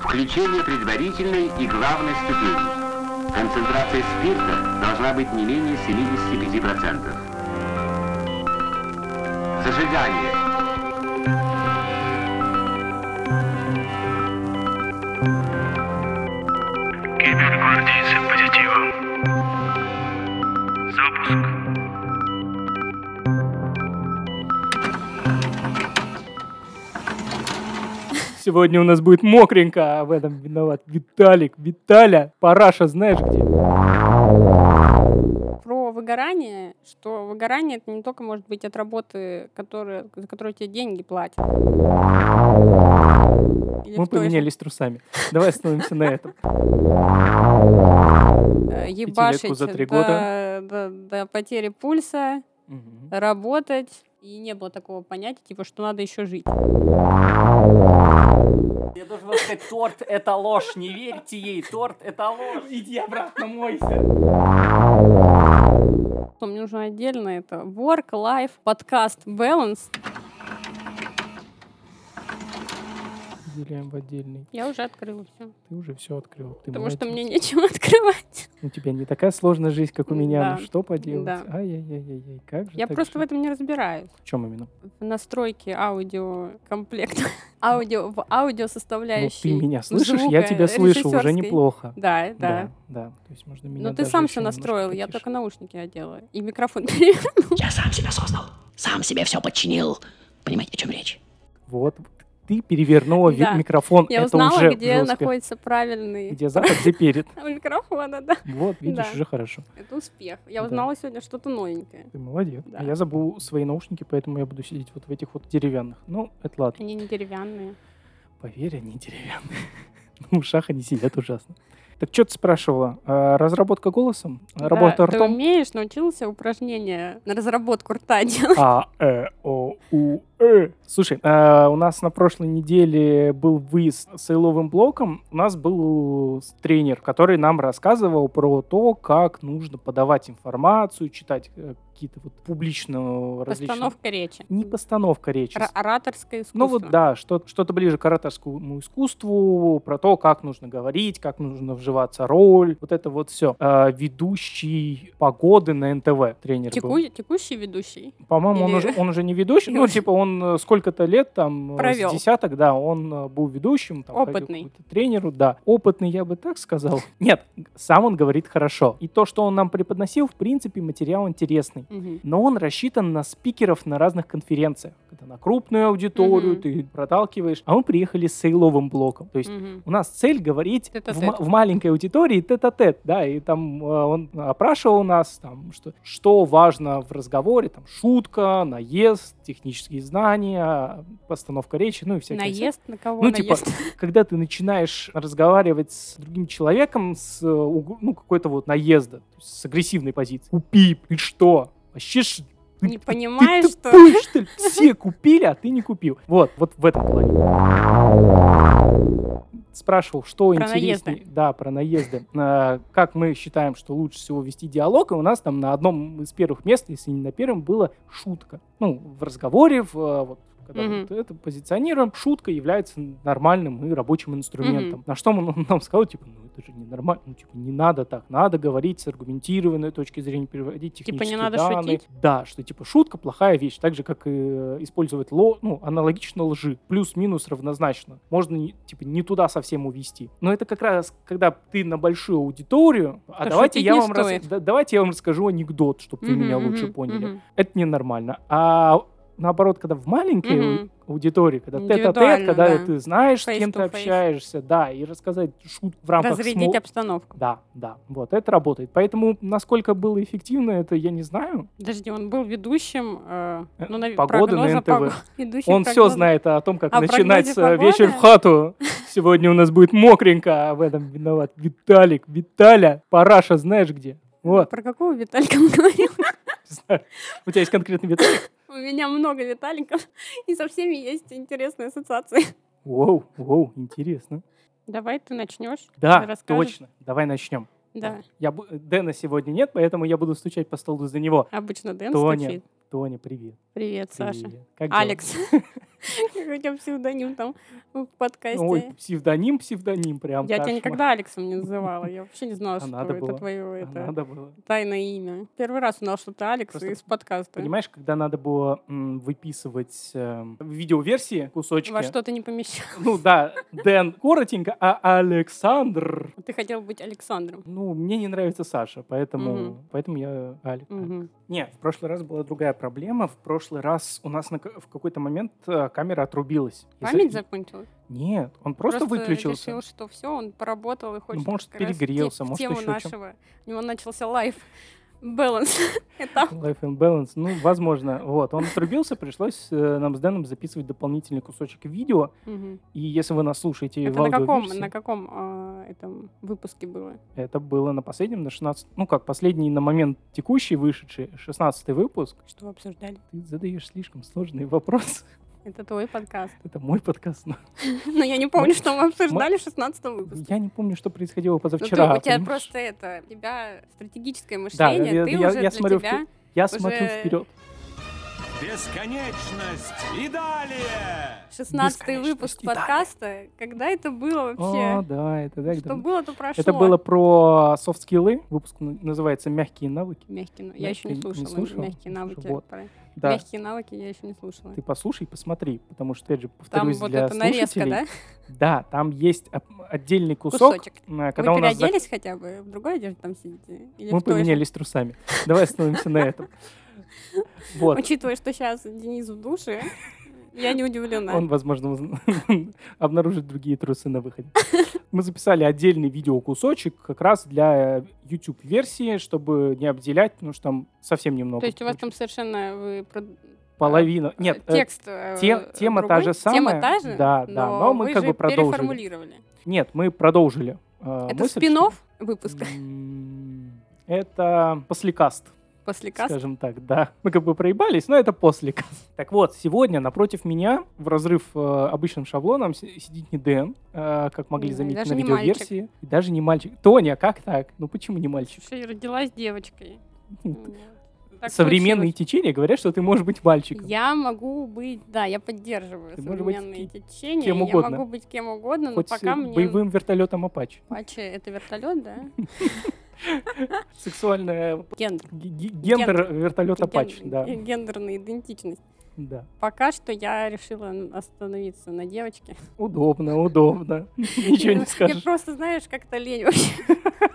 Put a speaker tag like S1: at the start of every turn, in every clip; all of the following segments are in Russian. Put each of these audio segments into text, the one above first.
S1: включение предварительной и главной ступени. Концентрация спирта должна быть не менее 75%. Зажигание.
S2: Кибергвардейцы позитива. Запуск.
S3: Сегодня у нас будет мокренько, а в этом виноват Виталик. Виталя, параша знаешь где?
S4: про выгорание, что выгорание это не только может быть от работы, которая, за которую тебе деньги платят. Или
S3: Мы
S4: в той же,
S3: поменялись трусами. Давай остановимся на этом.
S4: э, ебашить
S3: за три
S4: до- до- до потери пульса,
S3: Мгм.
S4: работать. И не было такого понятия, типа, что надо еще жить.
S5: Я должен вам сказать, торт — это ложь, не верьте ей, торт — это ложь.
S3: Иди обратно мойся.
S4: Что Мне нужно отдельно это work, life, подкаст, balance.
S3: Делаем в отдельный.
S4: Я уже открыла все.
S3: Ты уже все открыл. Ты
S4: Потому что
S3: молодец.
S4: мне нечего открывать.
S3: У тебя не такая сложная жизнь, как у меня. Ну
S4: Да.
S3: что поделать?
S4: Да.
S3: Ай-яй-яй-яй, как же
S4: Я
S3: так
S4: просто в
S3: жить?
S4: этом не разбираюсь.
S3: В чем именно?
S4: в настройке аудиокомплекта. Аудио, в аудио
S3: Ну, ты
S4: составляющей.
S3: меня слышишь? Я тебя слышу, уже неплохо.
S4: Да, да.
S3: Да, То есть можно меня
S4: Но ты
S3: даже
S4: сам
S3: ещё
S4: все
S3: немножко
S4: настроил, я
S3: потише.
S4: только наушники одела. И микрофон.
S6: Я сам себя создал. Сам себе все подчинил. Понимаете, о чем речь?
S3: Вот, ты перевернула ви-
S4: Да.
S3: микрофон.
S4: Я
S3: это
S4: узнала,
S3: уже
S4: где
S3: успех.
S4: находится правильный
S3: Где запад, где перед.
S4: микрофона, да.
S3: Вот, видишь,
S4: Да.
S3: уже хорошо.
S4: Это успех. Я
S3: Да.
S4: узнала сегодня что-то новенькое.
S3: Ты молодец.
S4: Да.
S3: А я забыл свои наушники, поэтому я буду сидеть вот в этих вот деревянных. Ну, это ладно.
S4: Они не деревянные.
S3: Поверь, они деревянные. Ну, В ушах они сидят ужасно. Так что ты спрашивала? А, Разработка голосом?
S4: Да,
S3: Работа
S4: Ты
S3: ртом?
S4: умеешь, научился упражнения на разработку рта делать?
S3: А, э, о, у, э. Слушай, а, у нас на прошлой неделе был выезд с Иловым блоком. У нас был тренер, который нам рассказывал про то, как нужно подавать информацию, читать э, какие-то вот публично различные...
S4: Постановка речи.
S3: Не постановка речи.
S4: Ра- Ораторское искусство.
S3: Ну вот да, что- что-то ближе к ораторскому искусству, про то, как нужно говорить, как нужно вживаться роль, вот это вот все. ведущий погоды на НТВ тренер был.
S4: Теку- Текущий ведущий.
S3: По-моему, он,
S4: Или-
S3: уже, он уже не ведущий. Ну, типа, он э, сколько-то лет, там, э,
S4: Провёл.
S3: с десяток, да, он э, был ведущим. Там, ходил к
S4: Опытный.
S3: какому-то тренеру, да. Опытный, я бы так сказал. Нет, сам он говорит хорошо. И то, что он нам преподносил, в принципе, материал интересный.
S4: Мгм.
S3: Но он рассчитан на спикеров на разных конференциях. Это на крупную аудиторию
S4: Мгм.
S3: ты проталкиваешь. А мы приехали с сейловым блоком. То есть
S4: Мгм.
S3: у нас цель говорить
S4: Тет-а-тет.
S3: в, ма- в маленькой аудитории тет-а-тет, да, и там э, он опрашивал нас, там, что, что важно в разговоре, там, шутка, наезд, технические знания, постановка речи, ну и всякие.
S4: Наезд на кого
S3: Ну, типа,
S4: наезд?
S3: когда ты начинаешь разговаривать с другим человеком с э, уг- ну, какой-то вот наезда, то есть с агрессивной позиции. Купи, ты что? Вообще ж... ты-
S4: Не
S3: ты-
S4: понимаешь,
S3: ты
S4: что-
S3: тупой, что ли? Все купили, а ты не купил. Вот, вот в этом плане. Спрашивал, что
S4: Про
S3: интереснее.
S4: наезды.
S3: Да, про наезды. Э, Как мы считаем, что лучше всего вести диалог, и у нас там на одном из первых мест, если не на первом, была шутка. Ну, в разговоре, в, э, вот, когда
S4: Мгм.
S3: вот это позиционируем, шутка является нормальным и рабочим инструментом. На что он, он нам сказал, типа, ну это же не нормально, ну типа не надо так, надо говорить с аргументированной точки зрения, переводить
S4: Типа, не
S3: технические
S4: надо
S3: данные.
S4: шутить?
S3: Да, что типа шутка плохая вещь, так же как и э, использовать ло, ну аналогично лжи, плюс-минус равнозначно. Можно не- типа не туда совсем увести. Но это как раз когда ты на большую аудиторию. А
S4: То
S3: давайте
S4: шутить
S3: я
S4: не
S3: вам раз-
S4: стоит.
S3: да- давайте я вам расскажу анекдот, чтобы вы
S4: Мгм,
S3: меня лучше
S4: мгм,
S3: поняли.
S4: мгм.
S3: Это ненормально. А наоборот, когда в маленькой
S4: Мгм.
S3: ау- аудитории, когда тет-а-тет,
S4: Индивидуально,
S3: когда
S4: да.
S3: ты знаешь, с
S4: Face
S3: кем ты
S4: to face.
S3: общаешься, да, и рассказать шутку в рамках
S4: Разрядить
S3: смо-
S4: обстановку.
S3: Да, да, вот это работает. Поэтому насколько было эффективно, это я не знаю.
S4: Подожди, он был ведущим э,
S3: Э,
S4: ну, наве-
S3: погоды на
S4: прогноза
S3: НТВ.
S4: пог- ведущим
S3: Он все
S4: прогноза.
S3: знает о том, как
S4: А в
S3: начинать
S4: прогнозе
S3: э, вечер в
S4: погоды?
S3: хату. Сегодня у нас будет мокренько, а в этом виноват Виталик. Виталя, параша, знаешь где? Вот,
S4: Про какого Виталика он говорил?
S3: знаю. у тебя есть конкретный Виталик?
S4: У меня много Виталиков, и со всеми есть интересные ассоциации.
S3: Воу, воу, интересно.
S4: Давай ты начнешь.
S3: Да, точно. Давай начнем.
S4: Да,
S3: Я, бу- Дэна сегодня нет, поэтому я буду стучать по столу за него.
S4: обычно Дэн
S3: Тоня.
S4: стучит.
S3: Тоня, привет.
S4: Привет, Саша.
S3: Привет. Как дела?
S4: Алекс. Хотя бы псевдоним там в подкасте.
S3: Ой, псевдоним, псевдоним прям.
S4: я тебя
S3: кошмар.
S4: никогда Алексом не называла. Я вообще не знала,
S3: А
S4: что
S3: надо
S4: это
S3: было.
S4: твое
S3: А
S4: это
S3: Надо было.
S4: тайное имя. Первый раз узнал, что ты Алекс
S3: Просто
S4: из подкаста.
S3: Понимаешь, когда надо было м, выписывать эм, в видеоверсии кусочки.
S4: Во что-то не помещал.
S3: Ну да, Дэн коротенько, а Александр...
S4: Ты хотел быть Александром.
S3: Ну, мне не нравится Саша, поэтому,
S4: Мгм.
S3: поэтому я Алекс.
S4: Мгм.
S3: Нет, в прошлый раз была другая проблема. В прошлый раз у нас на к- в какой-то момент э, камера отрубилась. Если-
S4: Память закончилась.
S3: Нет, он просто, выключился.
S4: решил, что все, он поработал и хочет...
S3: может,
S4: как раз в те-
S3: перегрелся,
S4: в
S3: может,
S4: тему
S3: еще чем.
S4: нашего. У него начался лайф. Баланс. Этап.
S3: Life and Balance, ну, возможно. Вот, он отрубился, пришлось э, нам с Дэном записывать дополнительный кусочек видео.
S4: Мгм.
S3: И если вы нас слушаете в
S4: Это на каком,
S3: аудиоверсии,
S4: на каком а, этом выпуске было?
S3: это было на последнем, на 16 ну как, последний на момент текущий вышедший, 16 выпуск.
S4: Что вы обсуждали?
S3: Ты задаешь слишком сложные вопросы.
S4: Это твой подкаст.
S3: Это мой подкаст. но
S4: Но я не помню, что мы обсуждали в 16 выпуске.
S3: Я не помню, что происходило
S4: Ну, ты-
S3: позавчера.
S4: у тебя
S3: понимаешь?
S4: просто это, у тебя стратегическое
S3: Да,
S4: мышление,
S3: я-
S4: ты
S3: я-
S4: уже
S3: я
S4: для
S3: смотрю в
S4: тебя...
S3: те- Я смотрю
S4: уже
S3: вперед.
S7: Бесконечность и далее!
S4: 16 выпуск
S3: Бесконечности, да.
S4: подкаста. Когда это было
S3: О,
S4: вообще?
S3: да, это так
S4: Что
S3: давно.
S4: было, то прошло.
S3: Это было про софт-скиллы. Выпуск на- называется «Мягкие навыки».
S4: Мягкие, ну, я еще
S3: Мягкие-
S4: не
S3: не
S4: слушала.
S3: слушала?
S4: Мягкие
S3: Не
S4: навыки.
S3: слушала, вот.
S4: про-
S3: Да,
S4: Мягкие навыки я еще не слушала.
S3: ты послушай, посмотри, потому что, опять же,
S4: Там
S3: повторюсь
S4: вот
S3: для
S4: эта нарезка,
S3: слушателей.
S4: да?
S3: Да, там есть оп- отдельный кусок.
S4: Кусочек.
S3: а, Когда
S4: Вы
S3: у нас зак-
S4: переоделись хотя бы? В другой одежде там сидите? Или
S3: Мы
S4: в той же?
S3: поменялись трусами. Давай остановимся на этом. Вот.
S4: Учитывая, что сейчас Денис в душе, я не удивлена.
S3: Он, возможно, уз- обнаружит другие трусы на выходе. Мы записали отдельный видеокусочек как раз для э, YouTube-версии, чтобы не обделять, потому что там совсем немного.
S4: То есть у вас
S3: получилось.
S4: там совершенно вы про-
S3: половина.
S4: э,
S3: Нет, э,
S4: текст э,
S3: те- тема та
S4: другой?
S3: же
S4: Тема
S3: самая.
S4: та же?
S3: Да, да, но мы
S4: вы
S3: как
S4: же
S3: бы продолжили.
S4: переформулировали.
S3: нет, мы продолжили. э,
S4: Это
S3: мысль,
S4: спин
S3: что-
S4: выпуска
S3: М, Это послекаст.
S4: после каста?
S3: Скажем так, да. Мы как бы проебались, но это после. Так вот, сегодня напротив меня в разрыв э, обычным шаблоном си- сидит не Дэн, э, как могли
S4: Да, и
S3: заметить
S4: даже
S3: на
S4: не
S3: видеоверсии. И даже не мальчик. Тоня, как так? Ну почему не мальчик?
S4: Слушай, родилась девочкой. Вот. Так
S3: Современные
S4: получилось.
S3: течения говорят, что ты можешь быть мальчиком.
S4: Я могу быть, да, я поддерживаю
S3: Ты можешь быть
S4: современные течения.
S3: кем
S4: Я
S3: угодно.
S4: могу быть кем угодно,
S3: Хоть
S4: но
S3: с
S4: ну, пока мне...
S3: боевым вертолетом Апач.
S4: Паче, это вертолет, да?
S3: Сексуальная
S4: Гендер.
S3: г- г- гендер вертолет Апач.
S4: Ген-
S3: Да,
S4: Гендерная идентичность.
S3: да.
S4: Пока что я решила остановиться на девочке.
S3: Удобно, удобно. Ничего
S4: Я
S3: не скажешь.
S4: просто, знаешь, как-то лень вообще.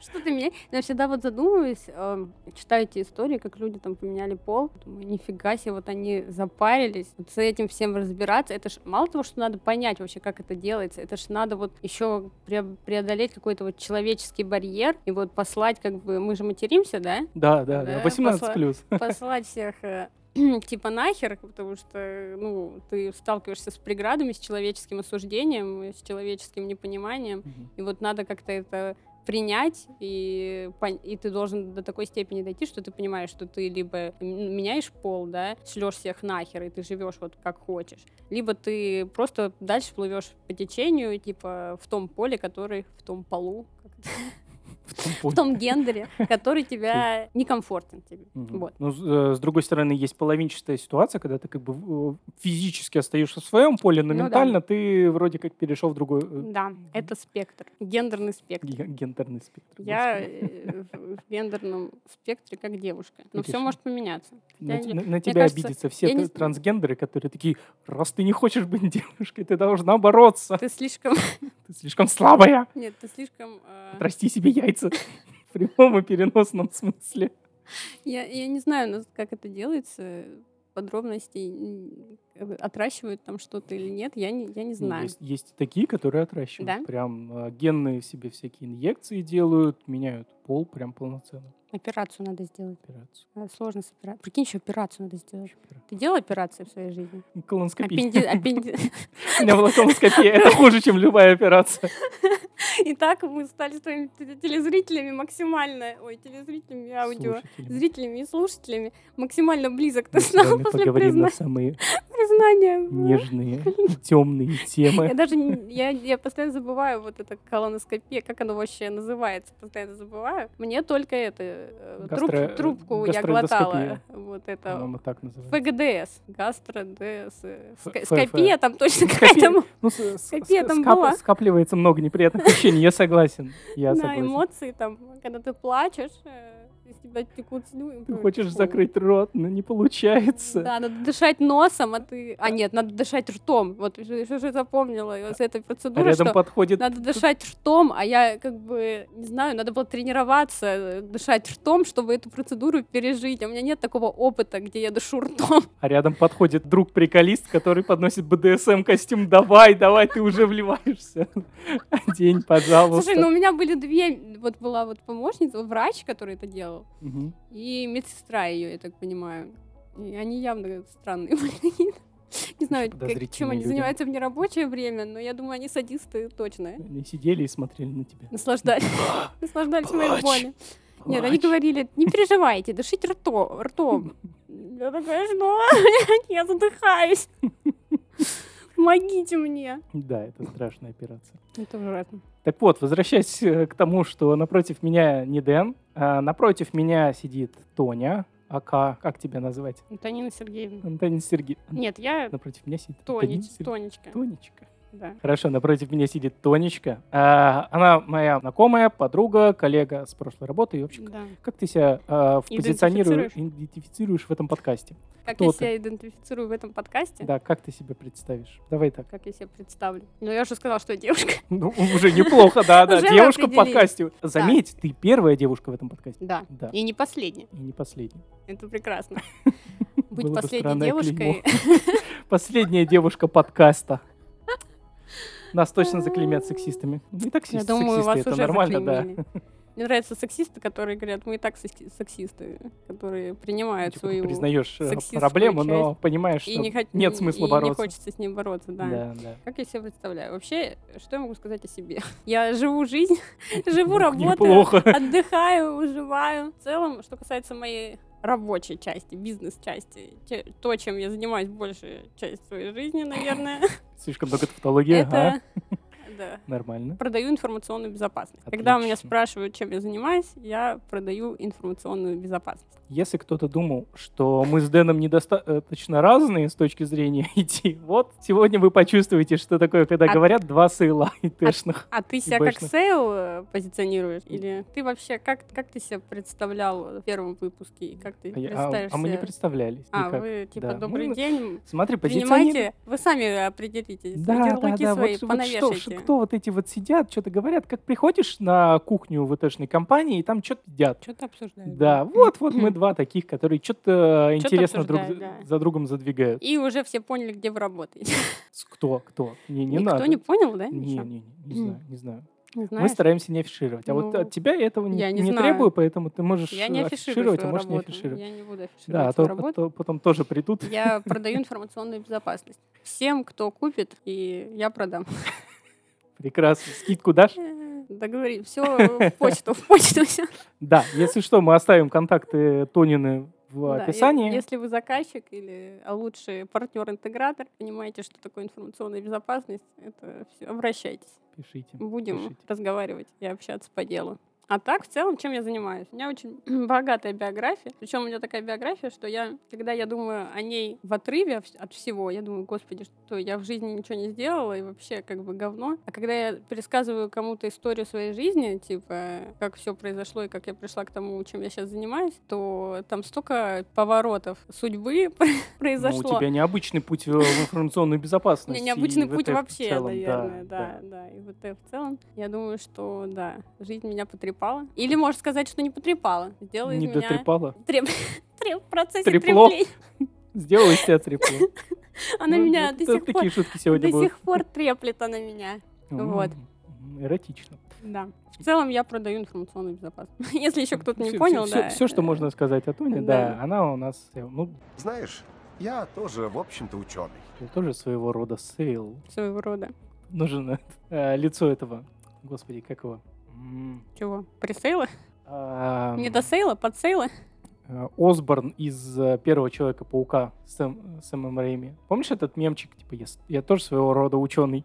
S4: Что ты меня... Я всегда вот задумываюсь, эм, читаю эти истории, как люди там поменяли пол. Думаю, нифига себе, вот они запарились. Вот с этим всем разбираться. Это ж мало того, что надо понять вообще, как это делается, это ж надо вот еще преодолеть какой-то вот человеческий барьер и вот послать как бы... Мы же материмся, да?
S3: Да, да, да.
S4: Да,
S3: 18
S4: посла-
S3: плюс.
S4: Послать всех э, типа нахер, потому что, ну, ты сталкиваешься с преградами, с человеческим осуждением, с человеческим непониманием. И вот надо как-то это принять, и, пон- и ты должен до такой степени дойти, что ты понимаешь, что ты либо м- меняешь пол, да, шлешь всех нахер, и ты живешь вот как хочешь, либо ты просто дальше плывешь по течению, типа в том поле, который в том полу, как это, в том гендере, который тебя некомфортен тебе.
S3: Мгм.
S4: Вот.
S3: Но с, э, с другой стороны, есть половинчатая ситуация, когда ты как бы в- э, физически остаешься в своем поле, но
S4: Ну да.
S3: ментально ты вроде как перешел в другой э,
S4: Да, это спектр, гендерный спектр.
S3: ге- гендерный спектр.
S4: Я
S3: Господи.
S4: э, в в гендерном спектре как девушка. Но все
S3: Видишь?
S4: может поменяться.
S3: на,
S4: Хотя
S3: те- на- на тебя
S4: кажется,
S3: обидятся все
S4: я не
S3: тр-
S4: с-
S3: трансгендеры, которые такие: раз ты не хочешь быть девушкой, ты должна бороться.
S4: Ты слишком...
S3: Ты слишком слабая.
S4: Нет, ты слишком... э,
S3: Отрасти себе яйца. В прямом и переносном смысле.
S4: Я, я не знаю, нас- как это делается, подробностей, м, как бы отращивают там что-то или нет, я не, я не
S3: Ну,
S4: знаю.
S3: Есть, есть и такие, которые отращивают.
S4: Да?
S3: Прям э, генные себе всякие инъекции делают, меняют пол прям полноценно.
S4: Операцию надо сделать.
S3: Операцию.
S4: А, Сложно с операцией. Прикинь, еще операцию надо сделать.
S3: Ещё операцию.
S4: Ты делал операции в своей жизни?
S3: Колоноскопия.
S4: Аппенди... аппенди-
S3: У меня была колоноскопия. Это хуже, чем любая операция.
S4: Итак, мы стали с твоими т- телезрителями максимально... Ой, телезрителями, и аудио.
S3: Слушатели,
S4: Зрителями и слушателями максимально близок
S3: Ну, мы
S4: ты
S3: с
S4: стал
S3: вами
S4: после
S3: поговорим на
S4: призна-
S3: самые
S4: знания.
S3: Нежные, темные темы.
S4: Я даже не- я, я постоянно забываю вот это колоноскопия, как оно вообще называется, постоянно забываю. Мне только это э, труб-
S3: Гастро- э,
S4: трубку я глотала.
S3: гастроэндоскопия. По-моему,
S4: Вот это
S3: Ну, так называется.
S4: ФГДС, гастро-ДС. э,
S3: Ф-
S4: ска-
S3: ф-
S4: Скопия там точно
S3: Скопия.
S4: какая-то
S3: Ну, с- с-
S4: Скопия
S3: с-
S4: там
S3: скап-
S4: была.
S3: Скапливается много неприятных ощущений, я согласен. Я
S4: на
S3: согласен.
S4: эмоции там, когда ты плачешь, э, из тебя текут слюни.
S3: Ты
S4: Фу.
S3: хочешь закрыть рот, но не получается.
S4: Да, надо дышать носом, а ты... А нет, надо дышать ртом. Вот ж- что же я запомнила из
S3: А
S4: этой процедуры,
S3: рядом
S4: что
S3: подходит...
S4: надо дышать ртом, а я как бы, не знаю, надо было тренироваться э, дышать ртом, чтобы эту процедуру пережить. А у меня нет такого опыта, где я дышу ртом.
S3: А рядом подходит друг-приколист, который подносит БДСМ-костюм. Давай, давай, ты уже вливаешься. День, пожалуйста.
S4: Слушай, ну у меня были две... Вот была вот помощница, врач, который это делал,
S3: Мгм.
S4: и медсестра ее, я так понимаю. И они явно странные были. Не знаю, как- чем
S3: подозрительные
S4: они
S3: люди.
S4: занимаются в нерабочее время, но я думаю, они садисты точно.
S3: Они сидели и смотрели на тебя.
S4: Наслаждались. Наслаждались моей
S3: Плачь.
S4: болью. Нет, они
S3: Плачь.
S4: говорили, не переживайте, дышите рто, ртом. Я такая, что? Я задыхаюсь. Помогите мне.
S3: Да, это страшная операция.
S4: Это ужасно.
S3: Так вот, возвращаясь э, к тому, что напротив меня не Дэн, а напротив меня сидит Тоня, АК, как тебя называть?
S4: Антонина Сергеевна.
S3: Антонин Сергей.
S4: Нет, я
S3: Напротив меня сидит Антонин
S4: Тонеч-
S3: Сергей-
S4: Тонечка.
S3: Тонечка.
S4: Да.
S3: Хорошо, напротив меня сидит Тонечка. А, она моя знакомая, подруга, коллега с прошлой работы и вообще.
S4: Да.
S3: Как ты себя э, в позиционируешь,
S4: Идентифицируешь?
S3: идентифицируешь в этом подкасте?
S4: Как
S3: Кто
S4: я
S3: ты?
S4: себя идентифицирую в этом подкасте?
S3: Да, как ты себя представишь? Давай так.
S4: Как я себя представлю? Ну, я уже сказала, что я девушка.
S3: Ну, уже неплохо, да, да.
S4: Уже мы
S3: Девушка в
S4: определились.
S3: подкасте. Заметь, ты первая девушка в этом подкасте.
S4: Да.
S3: Да.
S4: И не последняя.
S3: И не последняя.
S4: Это прекрасно. Быть
S3: Было бы
S4: последней
S3: странное
S4: девушкой.
S3: Последняя девушка подкаста. Нас точно заклеймят сексистами. Не таксисты,
S4: Я думаю,
S3: сексисты,
S4: вас
S3: это
S4: уже
S3: нормально,
S4: заклеймили. Мне нравятся сексисты, которые говорят, мы и так секси- сексисты, которые
S3: да.
S4: принимают
S3: Типа ты
S4: свою...
S3: признаешь э,
S4: сексистскую
S3: проблему, но
S4: часть.
S3: понимаешь, что
S4: и не хот-
S3: нет
S4: и-
S3: смысла
S4: и не
S3: бороться.
S4: хочется с ним бороться, да.
S3: Да, да.
S4: Как я себя представляю? Вообще, что я могу сказать о себе? Я живу жизнь, живу, работаю,
S3: Ну, Неплохо.
S4: отдыхаю, уживаю. В целом, что касается моей рабочей части, бизнес-части, те- то, чем я занимаюсь большую часть своей жизни, наверное,
S3: Слишком много тавтологии, ага.
S4: это... Да,
S3: Нормально.
S4: продаю информационную безопасность. Когда у меня
S3: Отлично.
S4: спрашивают, чем я занимаюсь, я продаю информационную безопасность.
S3: Если кто-то думал, что мы с Дэном недостаточно разные с точки зрения идти, вот сегодня вы почувствуете, что такое, когда
S4: А-
S3: говорят два сейла айтешных.
S4: А ты себя как
S3: Бэшных.
S4: сейл э, позиционируешь? Или ты вообще, как, как ты себя представлял в первом выпуске? И как ты
S3: А, я- а-
S4: представишь
S3: а мы не
S4: себя?
S3: представлялись
S4: А,
S3: никак.
S4: вы типа
S3: Да.
S4: добрый
S3: Мы-
S4: день,
S3: Смотри, позиционер...
S4: принимайте, вы сами определитесь,
S3: Да, да,
S4: ярлыки
S3: да.
S4: свои
S3: Вот, вот что,
S4: понавешайте.
S3: ш- кто вот эти вот сидят, что-то говорят, как приходишь на кухню в ВТшной компании, и там что-то едят.
S4: Что-то обсуждаем.
S3: Да, вот, вот мы два таких, которые что-то
S4: Чё-то
S3: интересно друг
S4: обсуждают, да.
S3: за другом задвигают.
S4: И уже все поняли, где вы работаете.
S3: С- Кто, кто? Не, не
S4: Никто
S3: надо.
S4: не понял, да?
S3: Не, не,
S4: ещё?
S3: не, не знаю, не знаю.
S4: Не
S3: Мы
S4: знаешь?
S3: стараемся не афишировать. А вот
S4: Ну,
S3: от тебя я этого не,
S4: я не
S3: не
S4: знаю.
S3: требую, поэтому ты можешь
S4: Я не
S3: э,
S4: афиширую
S3: афишировать, а
S4: свою
S3: можешь не
S4: работу.
S3: афишировать.
S4: Я не буду
S3: Да, а
S4: афишировать
S3: то,
S4: свою
S3: а
S4: работу.
S3: то потом тоже придут.
S4: Я продаю информационную безопасность. Всем, кто купит, и я продам.
S3: Прекрасно. Скидку дашь?
S4: Договори. Все в почту, в почту все.
S3: Да, если что, мы оставим контакты Тонины в описании.
S4: Если вы заказчик или а лучше партнер-интегратор, понимаете, что такое информационная безопасность, это все. Обращайтесь.
S3: Пишите.
S4: Будем
S3: пишите.
S4: разговаривать и общаться по делу. А так, в целом, чем я занимаюсь? У меня очень богатая биография. Причем у меня такая биография, что я, когда я думаю о ней в отрыве вс- от всего, я думаю, господи, что я в жизни ничего не сделала и вообще как бы говно. А когда я пересказываю кому-то историю своей жизни, типа, как все произошло и как я пришла к тому, чем я сейчас занимаюсь, то там столько поворотов судьбы
S3: Но
S4: произошло.
S3: Ну, у тебя необычный путь э, в информационную
S4: У меня
S3: безопасность. и
S4: необычный
S3: в
S4: путь
S3: ВТ в
S4: вообще,
S3: целом,
S4: наверное, да, да, И вот это в целом, я думаю, что да, жизнь меня потрепала. Или можно сказать, что не потрепала. Сделала из
S3: Не
S4: меня
S3: дотрепала.
S4: треп- треп- в процессе
S3: Трепло.
S4: треплей.
S3: Сделала из тебя трепло.
S4: Она
S3: Ну,
S4: меня
S3: вот
S4: до
S3: это
S4: сих пор
S3: Такие шутки
S4: до
S3: сегодня будут.
S4: сих пор треплет она меня.
S3: М,
S4: вот.
S3: м, Эротично.
S4: Да. В целом я продаю информационную безопасность. Если еще А кто-то не
S3: Ну, Всё-
S4: понял,
S3: всё-
S4: да.
S3: Все, что
S4: э,
S3: можно сказать о Тоне,
S4: да.
S3: да, она у нас, э, ну,
S8: Знаешь, я тоже, в общем-то, ученый.
S3: тоже своего рода сейл.
S4: Своего рода.
S3: нужно э, лицо этого. Господи, как его? М, а,
S4: Чего? Пресейла?
S3: ам,
S4: Не до а сейла, подсейла?
S3: э, Осборн из э, первого Человека-паука с Сэм, Сэмом Рэйми. Помнишь этот мемчик? Типа, я, с- я тоже своего рода ученый.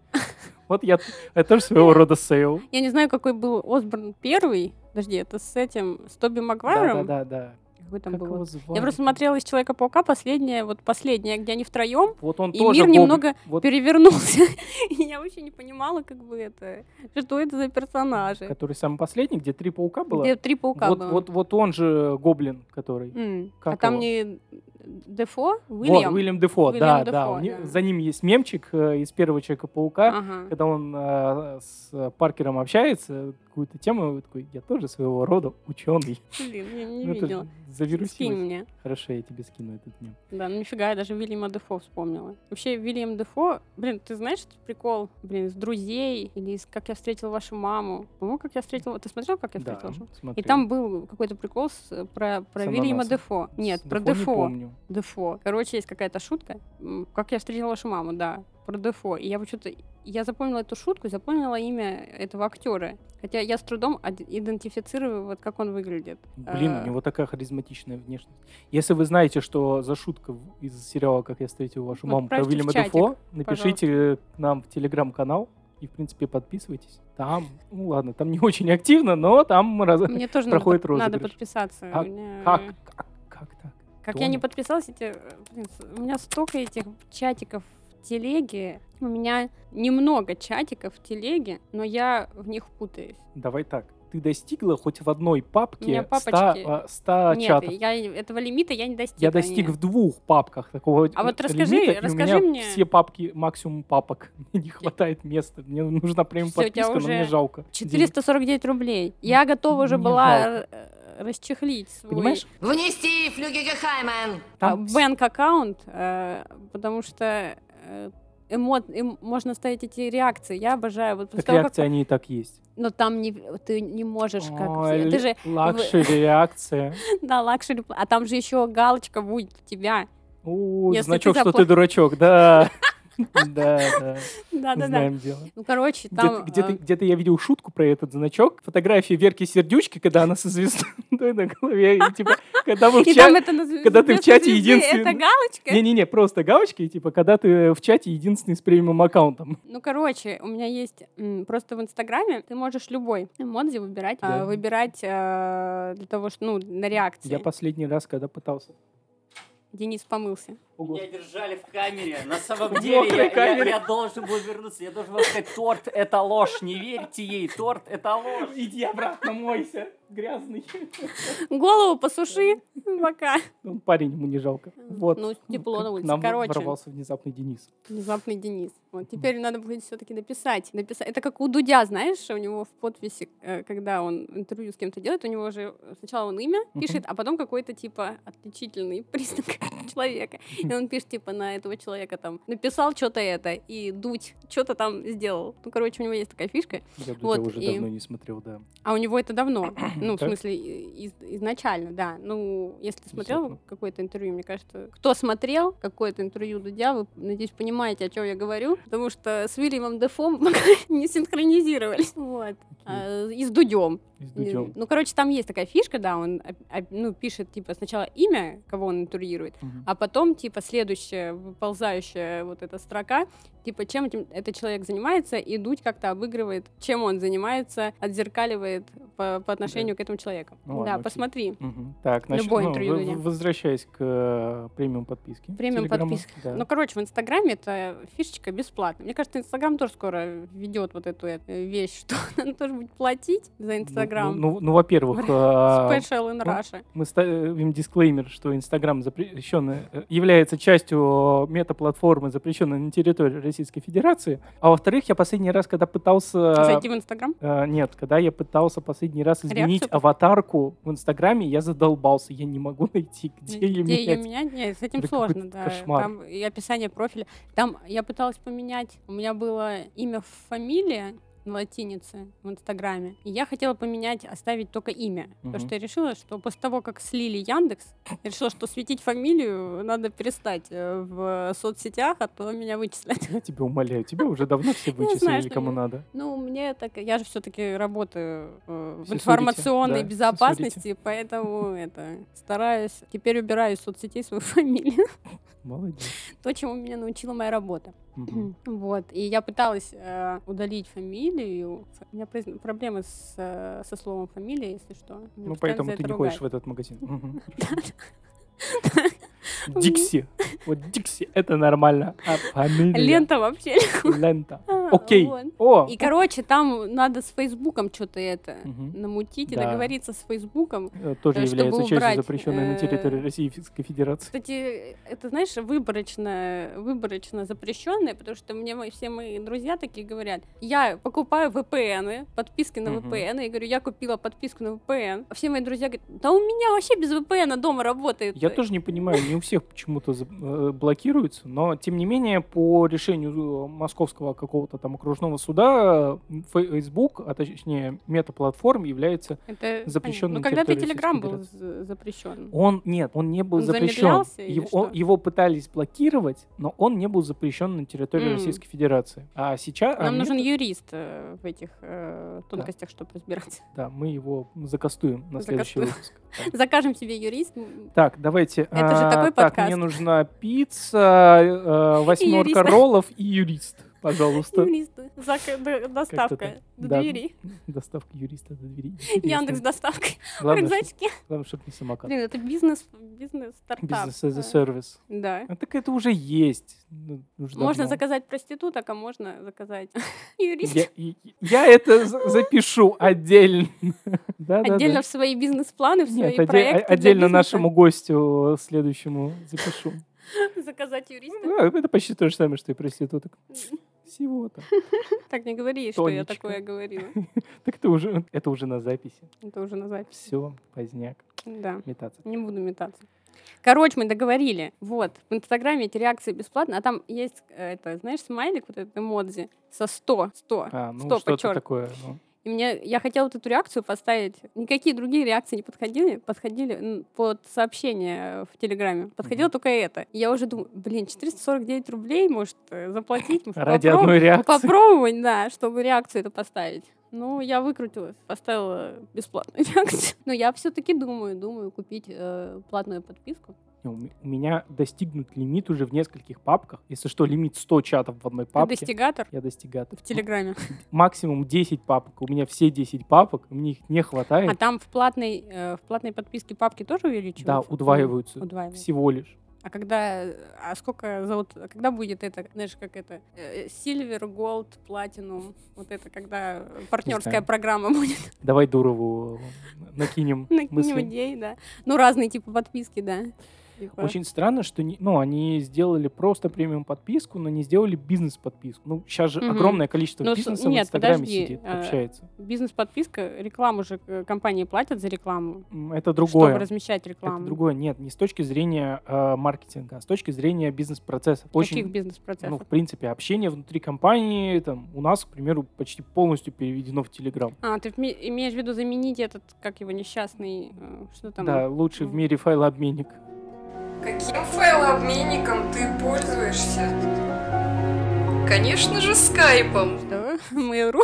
S3: Вот я, я тоже своего рода Сейл.
S4: Я не знаю, какой был Осборн первый. Подожди, это с этим, с Тоби Магуайром?
S3: Да-да-да.
S4: Какой там
S3: Как
S4: был?
S3: его
S4: Осборн?
S3: звали?
S4: Я просто смотрела из Человека-паука последнее, вот последнее, где они втроем,
S3: Вот он
S4: и
S3: тоже
S4: мир
S3: в об-
S4: немного
S3: вот,
S4: перевернулся. И я вообще не понимала, как бы это, что это за персонажи.
S3: который самый последний, где три паука было.
S4: Где три паука
S3: вот,
S4: было.
S3: вот, вот он же гоблин, который.
S4: М, А
S3: как
S4: там
S3: его?
S4: не Дефо?
S3: Вот,
S4: Уильям?
S3: Уильям Дефо,
S4: Уильям
S3: да,
S4: Дефо,
S3: да. у ни-
S4: да. А.
S3: За ним есть мемчик э, из первого Человека-паука.
S4: Ага.
S3: когда он э, с э, Паркером общается, какую-то тему, и такой, я тоже своего рода ученый.
S4: Блин, я не
S3: Ну, это
S4: видела. Скинь
S3: завирусилось.
S4: мне.
S3: Хорошо, я тебе скину этот мем.
S4: Да, ну нифига, я даже Вильяма Дефо вспомнила. Вообще, Вильям Дефо, блин, ты знаешь этот прикол, блин, из «Друзей» или из «Как я встретил вашу маму». По-моему, «Как я встретил...» Ты смотрел «Как я
S3: Да,
S4: встретил вашу маму»? И
S3: смотрю.
S4: там был какой-то прикол с- э, про, про
S3: С
S4: Вильяма
S3: ананасом.
S4: Дефо. Нет,
S3: С
S4: про
S3: Не
S4: Дефо.
S3: помню.
S4: Дефо. Короче, есть какая-то шутка. М, Как я встретила вашу маму, да. Про Дефо. И я вот что-то... Я запомнила эту шутку, запомнила имя этого актера. Хотя я с трудом од- идентифицирую, вот как он выглядит.
S3: Блин,
S4: Э,
S3: у него такая харизматичная внешность. Если вы знаете, что за шутка в- из сериала «Как я встретил вашу
S4: Вот
S3: маму» про
S4: отправьте в
S3: Вильяма
S4: чатик,
S3: Дефо, напишите э, нам в телеграм-канал и, в принципе, подписывайтесь. Там, ну ладно, там не очень активно, но там раз-
S4: Мне тоже
S3: проходит
S4: надо, надо
S3: розыгрыш.
S4: подписаться.
S3: А
S4: У меня-
S3: как, как, как так?
S4: Как я не
S3: Дома.
S4: подписалась, эти, э, блин, с- у меня столько этих чатиков в телеге. У меня немного чатиков в телеге, но я в них путаюсь.
S3: Давай так. Ты достигла хоть в одной папке
S4: меня
S3: 100,
S4: папочки-
S3: а, 100
S4: Нет,
S3: чатов?
S4: я этого лимита я не достигла.
S3: Я достиг
S4: нет.
S3: в двух папках такого
S4: Типа А вот
S3: м,
S4: расскажи-
S3: лимита, и у
S4: расскажи
S3: меня
S4: мне.
S3: все папки максимум папок. Мне не хватает места. Мне нужна премиум
S4: Всё, у тебя
S3: подписка, но мне
S4: уже
S3: жалко. денег.
S4: 449 рублей. Я готова уже
S3: мне
S4: была
S3: жалко.
S4: р- э, расчехлить свой
S3: Понимаешь?
S9: Внести флюги
S4: а,
S9: Гехаймен.
S3: Там вс-
S4: бэнк-аккаунт, э, потому что э, эмо- эм- можно ставить эти реакции. Я обожаю. Вот после
S3: так
S4: того, как-
S3: реакции они и так есть.
S4: Но там не, ты не можешь как...
S3: Ой,
S4: Ты же
S3: Лакшери реакция.
S4: Да, лакшери. А там же еще галочка будет у тебя.
S3: О,
S4: Если ты
S3: значок, что
S4: запла-
S3: ты дурачок, да. Да, да,
S4: Да-да-да.
S3: знаем дело.
S4: Ну, короче,
S3: Где-то
S4: там...
S3: где-то-
S4: э,
S3: где-то я видел шутку про этот значок. Фотографии Верки Сердючки, когда она со звездой на голове. И типа, когда вы в
S4: И
S3: ча-
S4: там это наз-
S3: когда ты в
S4: вместо
S3: чате
S4: звезды
S3: единственный-
S4: Это галочка?
S3: Не-не-не, просто галочки, типа, когда ты в чате единственный с премиум аккаунтом.
S4: Ну, короче, у меня есть м, просто в Инстаграме ты можешь любой эмодзи выбирать, а,
S3: Да.
S4: выбирать э, для того, что, ну, на реакции.
S3: Я последний раз, когда пытался.
S4: Денис помылся.
S3: Ого.
S5: Меня держали в камере. На самом
S3: В
S5: деле,
S3: мокрой
S5: я, я-
S3: камере.
S5: я должен был вернуться. Я должен был сказать, торт — это ложь. Не верьте ей, торт — это ложь.
S3: Иди обратно, мойся, грязный.
S4: Голову посуши, пока.
S3: Ну, парень ему не жалко. Вот.
S4: Ну, тепло
S3: К-
S4: на
S3: к
S4: улице.
S3: Нам
S4: Короче.
S3: ворвался внезапный Денис.
S4: Внезапный Денис. Вот теперь надо будет все-таки написать. написать. Это как у Дудя, знаешь, у него в подписи, э, когда он интервью с кем-то делает, у него же сначала он имя
S3: Мгм.
S4: пишет, а потом какой-то типа отличительный признак человека. И он пишет типа на этого человека там написал что-то это и Дудь что-то там сделал. Ну, короче, у него есть такая фишка.
S3: Я Дудя
S4: Вот,
S3: уже
S4: и-
S3: давно не смотрел, да.
S4: А у него это давно. Ну, в
S3: Так.
S4: смысле, и- из- изначально, да. Ну, если ты смотрел
S3: Внезапно.
S4: какое-то интервью, мне кажется, кто смотрел какое-то интервью Дудя, вы, надеюсь, понимаете, о чем я говорю, потому что с Вильямом Дефом не синхронизировались. Вот. А, И с Дудем.
S3: И с Дудем.
S4: Ну, короче, там есть такая фишка, да, он оп- оп- ну, пишет, типа, сначала имя, кого он интервьюирует,
S3: Мгм.
S4: а потом, типа, следующая выползающая вот эта строка, типа, чем этим, этот человек занимается, и Дудь как-то обыгрывает, чем он занимается, отзеркаливает по, по отношению к этому человеку.
S3: Ну ладно,
S4: да,
S3: окей.
S4: посмотри.
S3: Мгм. Так, значит,
S4: Любое
S3: ну,
S4: интервью
S3: вы-
S4: Дудя.
S3: вы- возвращаясь к э, премиум подписке.
S4: Премиум
S3: Телеграмма,
S4: подписка.
S3: да.
S4: Ну, короче, в Инстаграме эта фишечка бесплатная. Мне кажется, Инстаграм тоже скоро введет вот эту э, вещь, что надо тоже будет платить за
S3: Ну,
S4: Инстаграм.
S3: Ну, ну, ну, во-первых, э,
S4: Special in
S3: ну,
S4: Russia.
S3: мы ставим дисклеймер, что Инстаграм запрещен, является частью метаплатформы, запрещенной на территории Российской Федерации. А во-вторых, я последний раз, когда пытался...
S4: Зайти в Инстаграм.
S3: э, нет, когда я пытался последний раз изменить
S4: Реакцию?
S3: аватарку в Инстаграме, я задолбался. Я не могу найти, где, ее
S4: Где ее
S3: менять.
S4: менять? Нет, с этим
S3: Это
S4: сложно,
S3: какой-то
S4: да.
S3: кошмар.
S4: Там и описание профиля. Там я пыталась поменять. У меня было имя, фамилия, на латинице в Инстаграме. И я хотела поменять, оставить только имя. Потому
S3: Мгм.
S4: что я решила, что после того, как слили Яндекс, я решила, что светить фамилию надо перестать э, в соцсетях, а то меня вычислят.
S3: Я тебя умоляю, тебя уже давно все
S4: знаю,
S3: вычислили,
S4: что
S3: кому
S4: мне-
S3: надо.
S4: Ну, мне так, я же все-таки работаю э, в
S3: Сенсорите,
S4: информационной
S3: да,
S4: безопасности, поэтому это стараюсь. Теперь убираю из соцсетей свою фамилию.
S3: Молодец.
S4: То, чему меня научила моя работа.
S3: Мгм. Ну,
S4: Вот. И я пыталась э, удалить фамилию. У меня произ- проблемы с, э, со словом фамилия, если что. Меня
S3: Ну,
S4: постоянно
S3: поэтому
S4: за
S3: ты
S4: это
S3: не ходишь в
S4: ругают.
S3: этот магазин. Мгм, хорошо. Дикси. Вот Дикси, это нормально. А фамилия?
S4: Лента вообще.
S3: Лента.
S4: А,
S3: Окей.
S4: вот.
S3: О, э,
S4: И, короче, там надо с Фейсбуком что-то это
S3: Мгм.
S4: намутить и
S3: Да.
S4: договориться с Фейсбуком.
S3: э, тоже
S4: э, чтобы
S3: является частью
S4: убрать,
S3: запрещенной на территории
S4: э,
S3: Российской Федерации.
S4: Кстати, это, знаешь, выборочно, выборочно запрещенное, потому что мне мои- все мои друзья такие говорят, я покупаю VPN, подписки на
S3: Мгм.
S4: VPN, я говорю, я купила подписку на VPN. А все мои друзья говорят, да у меня вообще без VPN дома работает.
S3: Я тоже не понимаю, не у всех почему-то за- э, блокируется, но тем не менее по решению э, московского какого-то там окружного суда э, Facebook, а точнее мета-платформ является...
S4: Это
S3: запрещён
S4: Ну,
S3: на
S4: когда-то
S3: территории
S4: Телеграм
S3: Российской
S4: был за- запрещен.
S3: Он, нет, он не был
S4: Он
S3: запрещен.
S4: замедлялся или
S3: Его,
S4: что?
S3: его пытались блокировать, но он не был запрещен на территории
S4: М.
S3: Российской Федерации. А сейчас... а
S4: Нам нужен
S3: мета-
S4: юрист э, в этих э, тонкостях, чтобы разбираться.
S3: Да, мы его закастуем на следующий
S4: Закастуем.
S3: выпуск.
S4: Закажем себе юрист. м,
S3: Так, давайте.
S4: Это же
S3: а,
S4: такой
S3: Так,
S4: подкаст.
S3: мне нужна пицца, э, восьмерка
S4: юриста.
S3: роллов и юрист, пожалуйста.
S4: юриста. Зак- д- Доставка до
S3: Да.
S4: двери.
S3: Доставка юриста до двери.
S4: Яндекс доставка.
S3: Главное, чтоб-
S4: Рюкзачки.
S3: главное, чтобы не самокат.
S4: Блин, это бизнес, бизнес стартап.
S3: Бизнес as a
S4: Э,
S3: service.
S4: Да.
S3: А так это уже есть. Ну, уже
S4: Можно
S3: давно.
S4: заказать проституток, а можно заказать юриста.
S3: Я, и- я это за- запишу отдельно. Да, да, да.
S4: Отдельно в свои бизнес-планы, в
S3: Нет,
S4: свои
S3: отде- а,
S4: проекты. для
S3: отдельно
S4: бизнеса
S3: нашему гостю следующему запишу.
S4: Заказать юриста.
S3: Ну, Это почти то же самое, что и проституток. Всего-то.
S4: Так не говори, что я
S3: Тонечка.
S4: такое говорила.
S3: Так это уже, это уже на записи.
S4: Это уже на запись.
S3: Все, поздняк,
S4: Да.
S3: метаться.
S4: Не буду метаться. Короче, мы договорили. Вот. В Инстаграме эти реакции бесплатно, а там есть, э, это, знаешь, смайлик, вот этот эмодзи, со 100, 100.
S3: А, ну
S4: 100
S3: что-то
S4: подчёрк.
S3: такое. ну.
S4: И мне, я хотела вот эту реакцию поставить. Никакие другие реакции не подходили, подходили м, под сообщение э, в Телеграме. Подходило только это. И я уже думаю, блин, 449 рублей, может, э, заплатить, может,
S3: Ради
S4: попробовать.
S3: одной реакции.
S4: Попробовать, да, чтобы реакцию это поставить. Ну, я выкрутилась, поставила бесплатную реакцию. Но я все-таки думаю, думаю купить э, платную подписку.
S3: Не, У ме- у меня достигнут лимит уже в нескольких папках. Если что, лимит 100 чатов в одной
S4: Ты
S3: папке.
S4: достигатор
S3: Я достигатор.
S4: в Телеграме.
S3: Максимум 10 папок. У меня все 10 папок, мне их не
S4: А
S3: хватает.
S4: там в платной, э, в платной подписке папки тоже увеличиваются?
S3: да, удваиваются.
S4: Удваиваются.
S3: Всего лишь.
S4: А когда, э, а сколько за вот, когда будет это, знаешь, как это, э, Silver, Gold, Platinum, вот это, когда партнерская
S3: знаю.
S4: программа будет,
S3: Давай Дурову э, накинем
S4: накинем
S3: мысли.
S4: идей, да. Ну, разные типа подписки, да. Типа,
S3: Очень странно, что не, ну, они сделали просто премиум подписку, но не сделали бизнес-подписку. Ну, сейчас же
S4: Мгм.
S3: огромное количество
S4: Ну, с-
S3: бизнеса в
S4: нет,
S3: Инстаграме
S4: подожди,
S3: сидит,
S4: а,
S3: общается.
S4: Бизнес-подписка, рекламу же э, компании платят за рекламу,
S3: М, Это
S4: чтобы
S3: другое.
S4: размещать рекламу.
S3: Это другое. Нет, не с точки зрения э, маркетинга, а с точки зрения бизнес-процесса.
S4: Каких
S3: Очень,
S4: бизнес-процессов?
S3: ну, в принципе, общение внутри компании, там, у нас, к примеру, почти полностью переведено в Телеграм.
S4: а, ты вме- имеешь в виду заменить этот, как его, несчастный, э, что там? ну.
S3: Да, лучший в
S4: Мгм.
S3: мире файлообменник.
S10: Каким файлообменником ты пользуешься? Конечно же, скайпом.
S4: Что? Mail.ru?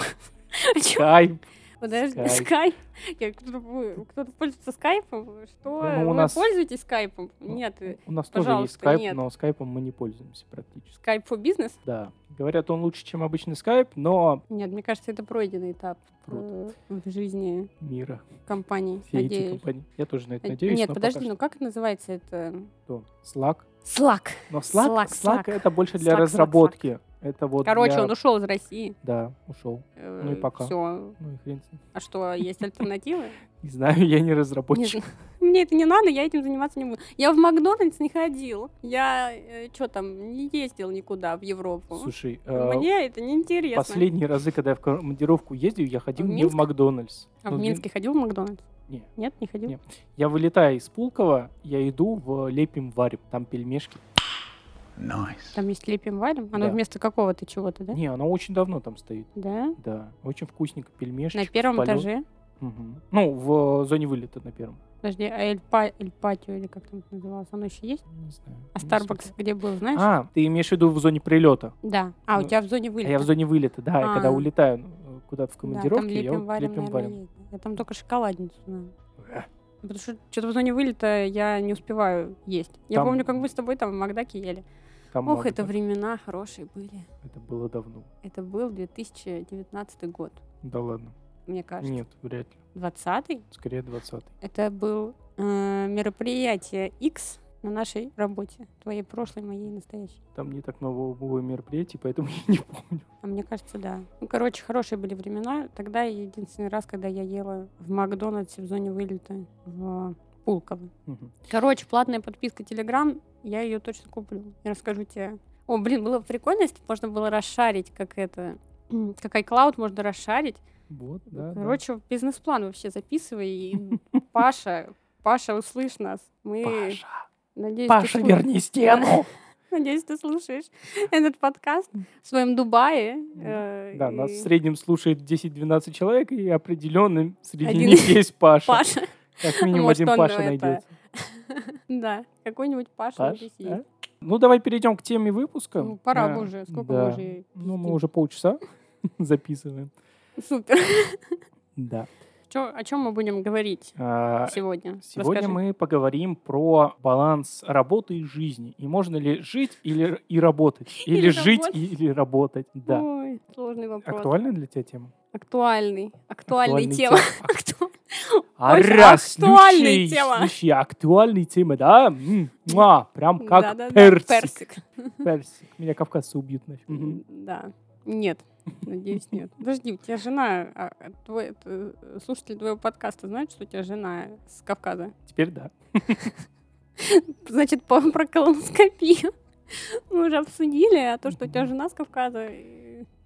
S4: О чём
S3: Кайп.
S4: Подожди, скайп. Я- кто- вы- Кто-то пользуется скайпом? Что?
S3: Да, ну, у
S4: Вы
S3: нас- Ну.
S4: пользуетесь скайпом? Нет, э,
S3: У нас тоже есть
S4: Пожалуйста,
S3: скайп,
S4: нет.
S3: но скайпом мы не пользуемся практически.
S4: скайп for бизнес?
S3: Да. Говорят, он лучше, чем обычный скайп, но
S4: Нет, мне кажется, это пройденный этап э, в жизни
S3: мира.
S4: компаний.
S3: Все эти
S4: Надеюсь.
S3: компании. Я тоже на это
S4: Э,
S3: надеюсь.
S4: Нет,
S3: но
S4: подожди,
S3: пока
S4: ну как называется это?
S3: что Slack.
S4: Slack.
S3: Но Slack,
S4: Slack,
S3: Slack
S4: Slack.
S3: это больше для
S4: Slack, Slack, Slack.
S3: разработки. Это вот
S4: Короче,
S3: для-
S4: он ушел из России.
S3: Да, ушел. Ну и пока.
S4: Все.
S3: Ну и хрен с ним.
S4: А что, есть альтернативы?
S3: Не знаю, я не
S4: Не
S3: разработчик.
S4: знаю. Мне это не надо, я этим заниматься не буду. Я в Макдональдс не ходил. Я, что там, не ездил никуда в Европу.
S3: Слушай, э,
S4: Мне это неинтересно.
S3: последние разы, когда я в командировку ездил, я ходил
S4: В
S3: не в
S4: Минск?
S3: Макдональдс.
S4: А
S3: Ну,
S4: в
S3: для-
S4: Минске ходил в Макдональдс?
S3: Не.
S4: Нет, не ходил?
S3: Не. Я вылетаю из Пулково, я иду в Лепим Варим, там пельмешки.
S4: Там есть лепим валим. Оно
S3: Да.
S4: вместо какого-то чего-то, да?
S3: Не, она очень давно там стоит.
S4: Да.
S3: Да, очень вкусненько, пельмешечек.
S4: На
S3: в
S4: первом
S3: полёт.
S4: этаже.
S3: Мгм. Ну, в э, зоне вылета на первом.
S4: Подожди, а Эль, Па- Эль Патио, или как там это называлось, оно еще есть?
S3: Не знаю.
S4: А
S3: не
S4: Starbucks
S3: смотрел.
S4: где был, знаешь?
S3: А, ты имеешь в виду в зоне прилета.
S4: Да. А, у
S3: Ну,
S4: тебя в зоне
S3: А
S4: вылета.
S3: я в зоне вылета, да, я когда
S4: А.
S3: улетаю э, куда-то в
S4: Да, там
S3: командировке, я
S4: лепим
S3: вот
S4: варим,
S3: лепим
S4: наверное,
S3: варим.
S4: есть. Я там только шоколадницу знаю. Ну, Потому что что-то в зоне вылета я не успеваю есть. Я
S3: Там-
S4: помню, как мы с тобой там в Макдаке ели.
S3: Там
S4: Ох,
S3: много
S4: это
S3: там.
S4: времена хорошие были.
S3: Это было давно.
S4: Это был 2019 год,
S3: Да ладно.
S4: мне кажется.
S3: Нет, вряд ли.
S4: 20
S3: Скорее 20-й.
S4: Это был э, мероприятие X на нашей работе. Твоей прошлой, моей настоящей.
S3: Там не так много было мероприятий, поэтому я не помню.
S4: А мне кажется, да. Ну, короче, хорошие были времена. Тогда единственный раз, когда я ела в Макдональдсе в зоне вылета в Пулково.
S3: Мгм.
S4: Короче, платная подписка Телеграм, я ее точно куплю. Я расскажу тебе. О, блин, было бы прикольно, если бы можно было расшарить, как это, м, как iCloud можно расшарить.
S3: Вот, да. да.
S4: Короче, бизнес-план вообще записывай. И Паша, Паша, услышь нас. Мы,
S3: Паша,
S4: надеюсь, ты
S3: Паша,
S4: слу-
S3: верни стену!
S4: Надеюсь, ты слушаешь этот подкаст в своем Дубае. э,
S3: Да, нас
S4: и
S3: в среднем слушает 10-12 человек, и определенным среди
S4: Один
S3: них есть Паша.
S4: Паша.
S3: Как минимум
S4: Может,
S3: один
S4: он э,
S3: Паша
S4: это,
S3: найдется.
S4: Да, какой-нибудь Паша
S3: Паш,
S4: здесь
S3: да?
S4: есть.
S3: Ну, давай перейдем к теме выпуска.
S4: Ну, пора
S3: Да,
S4: бы уже, сколько
S3: да.
S4: мы уже
S3: Ну, мы
S4: пиздим.
S3: уже полчаса записываем.
S4: Супер.
S3: Да.
S4: Чё- О чем мы будем говорить
S3: А,
S4: сегодня?
S3: Сегодня
S4: Расскажи.
S3: мы поговорим про баланс работы и жизни. И можно ли жить или и работать? Или,
S4: Или
S3: жить
S4: работать.
S3: или работать. Да.
S4: Ой, сложный вопрос.
S3: Актуальна для тебя тема?
S4: Актуальный. Актуальный
S3: Актуальная
S4: тема. Акту-
S3: А
S4: Очень
S3: раз,
S4: актуальная
S3: слушай,
S4: тема.
S3: слушай, актуальная тема, да? М, муа, прям как
S4: Да-да-да,
S3: персик. Персик. Меня кавказцы убьют. нахер. Мгм.
S4: Да. Нет. Надеюсь, нет. Подожди, у тебя жена, а, а, твой, э, слушатель твоего подкаста знает, что у тебя жена с Кавказа?
S3: Теперь да.
S4: Значит, по- про колоноскопию мы уже обсудили, а то, что у тебя жена с Кавказа,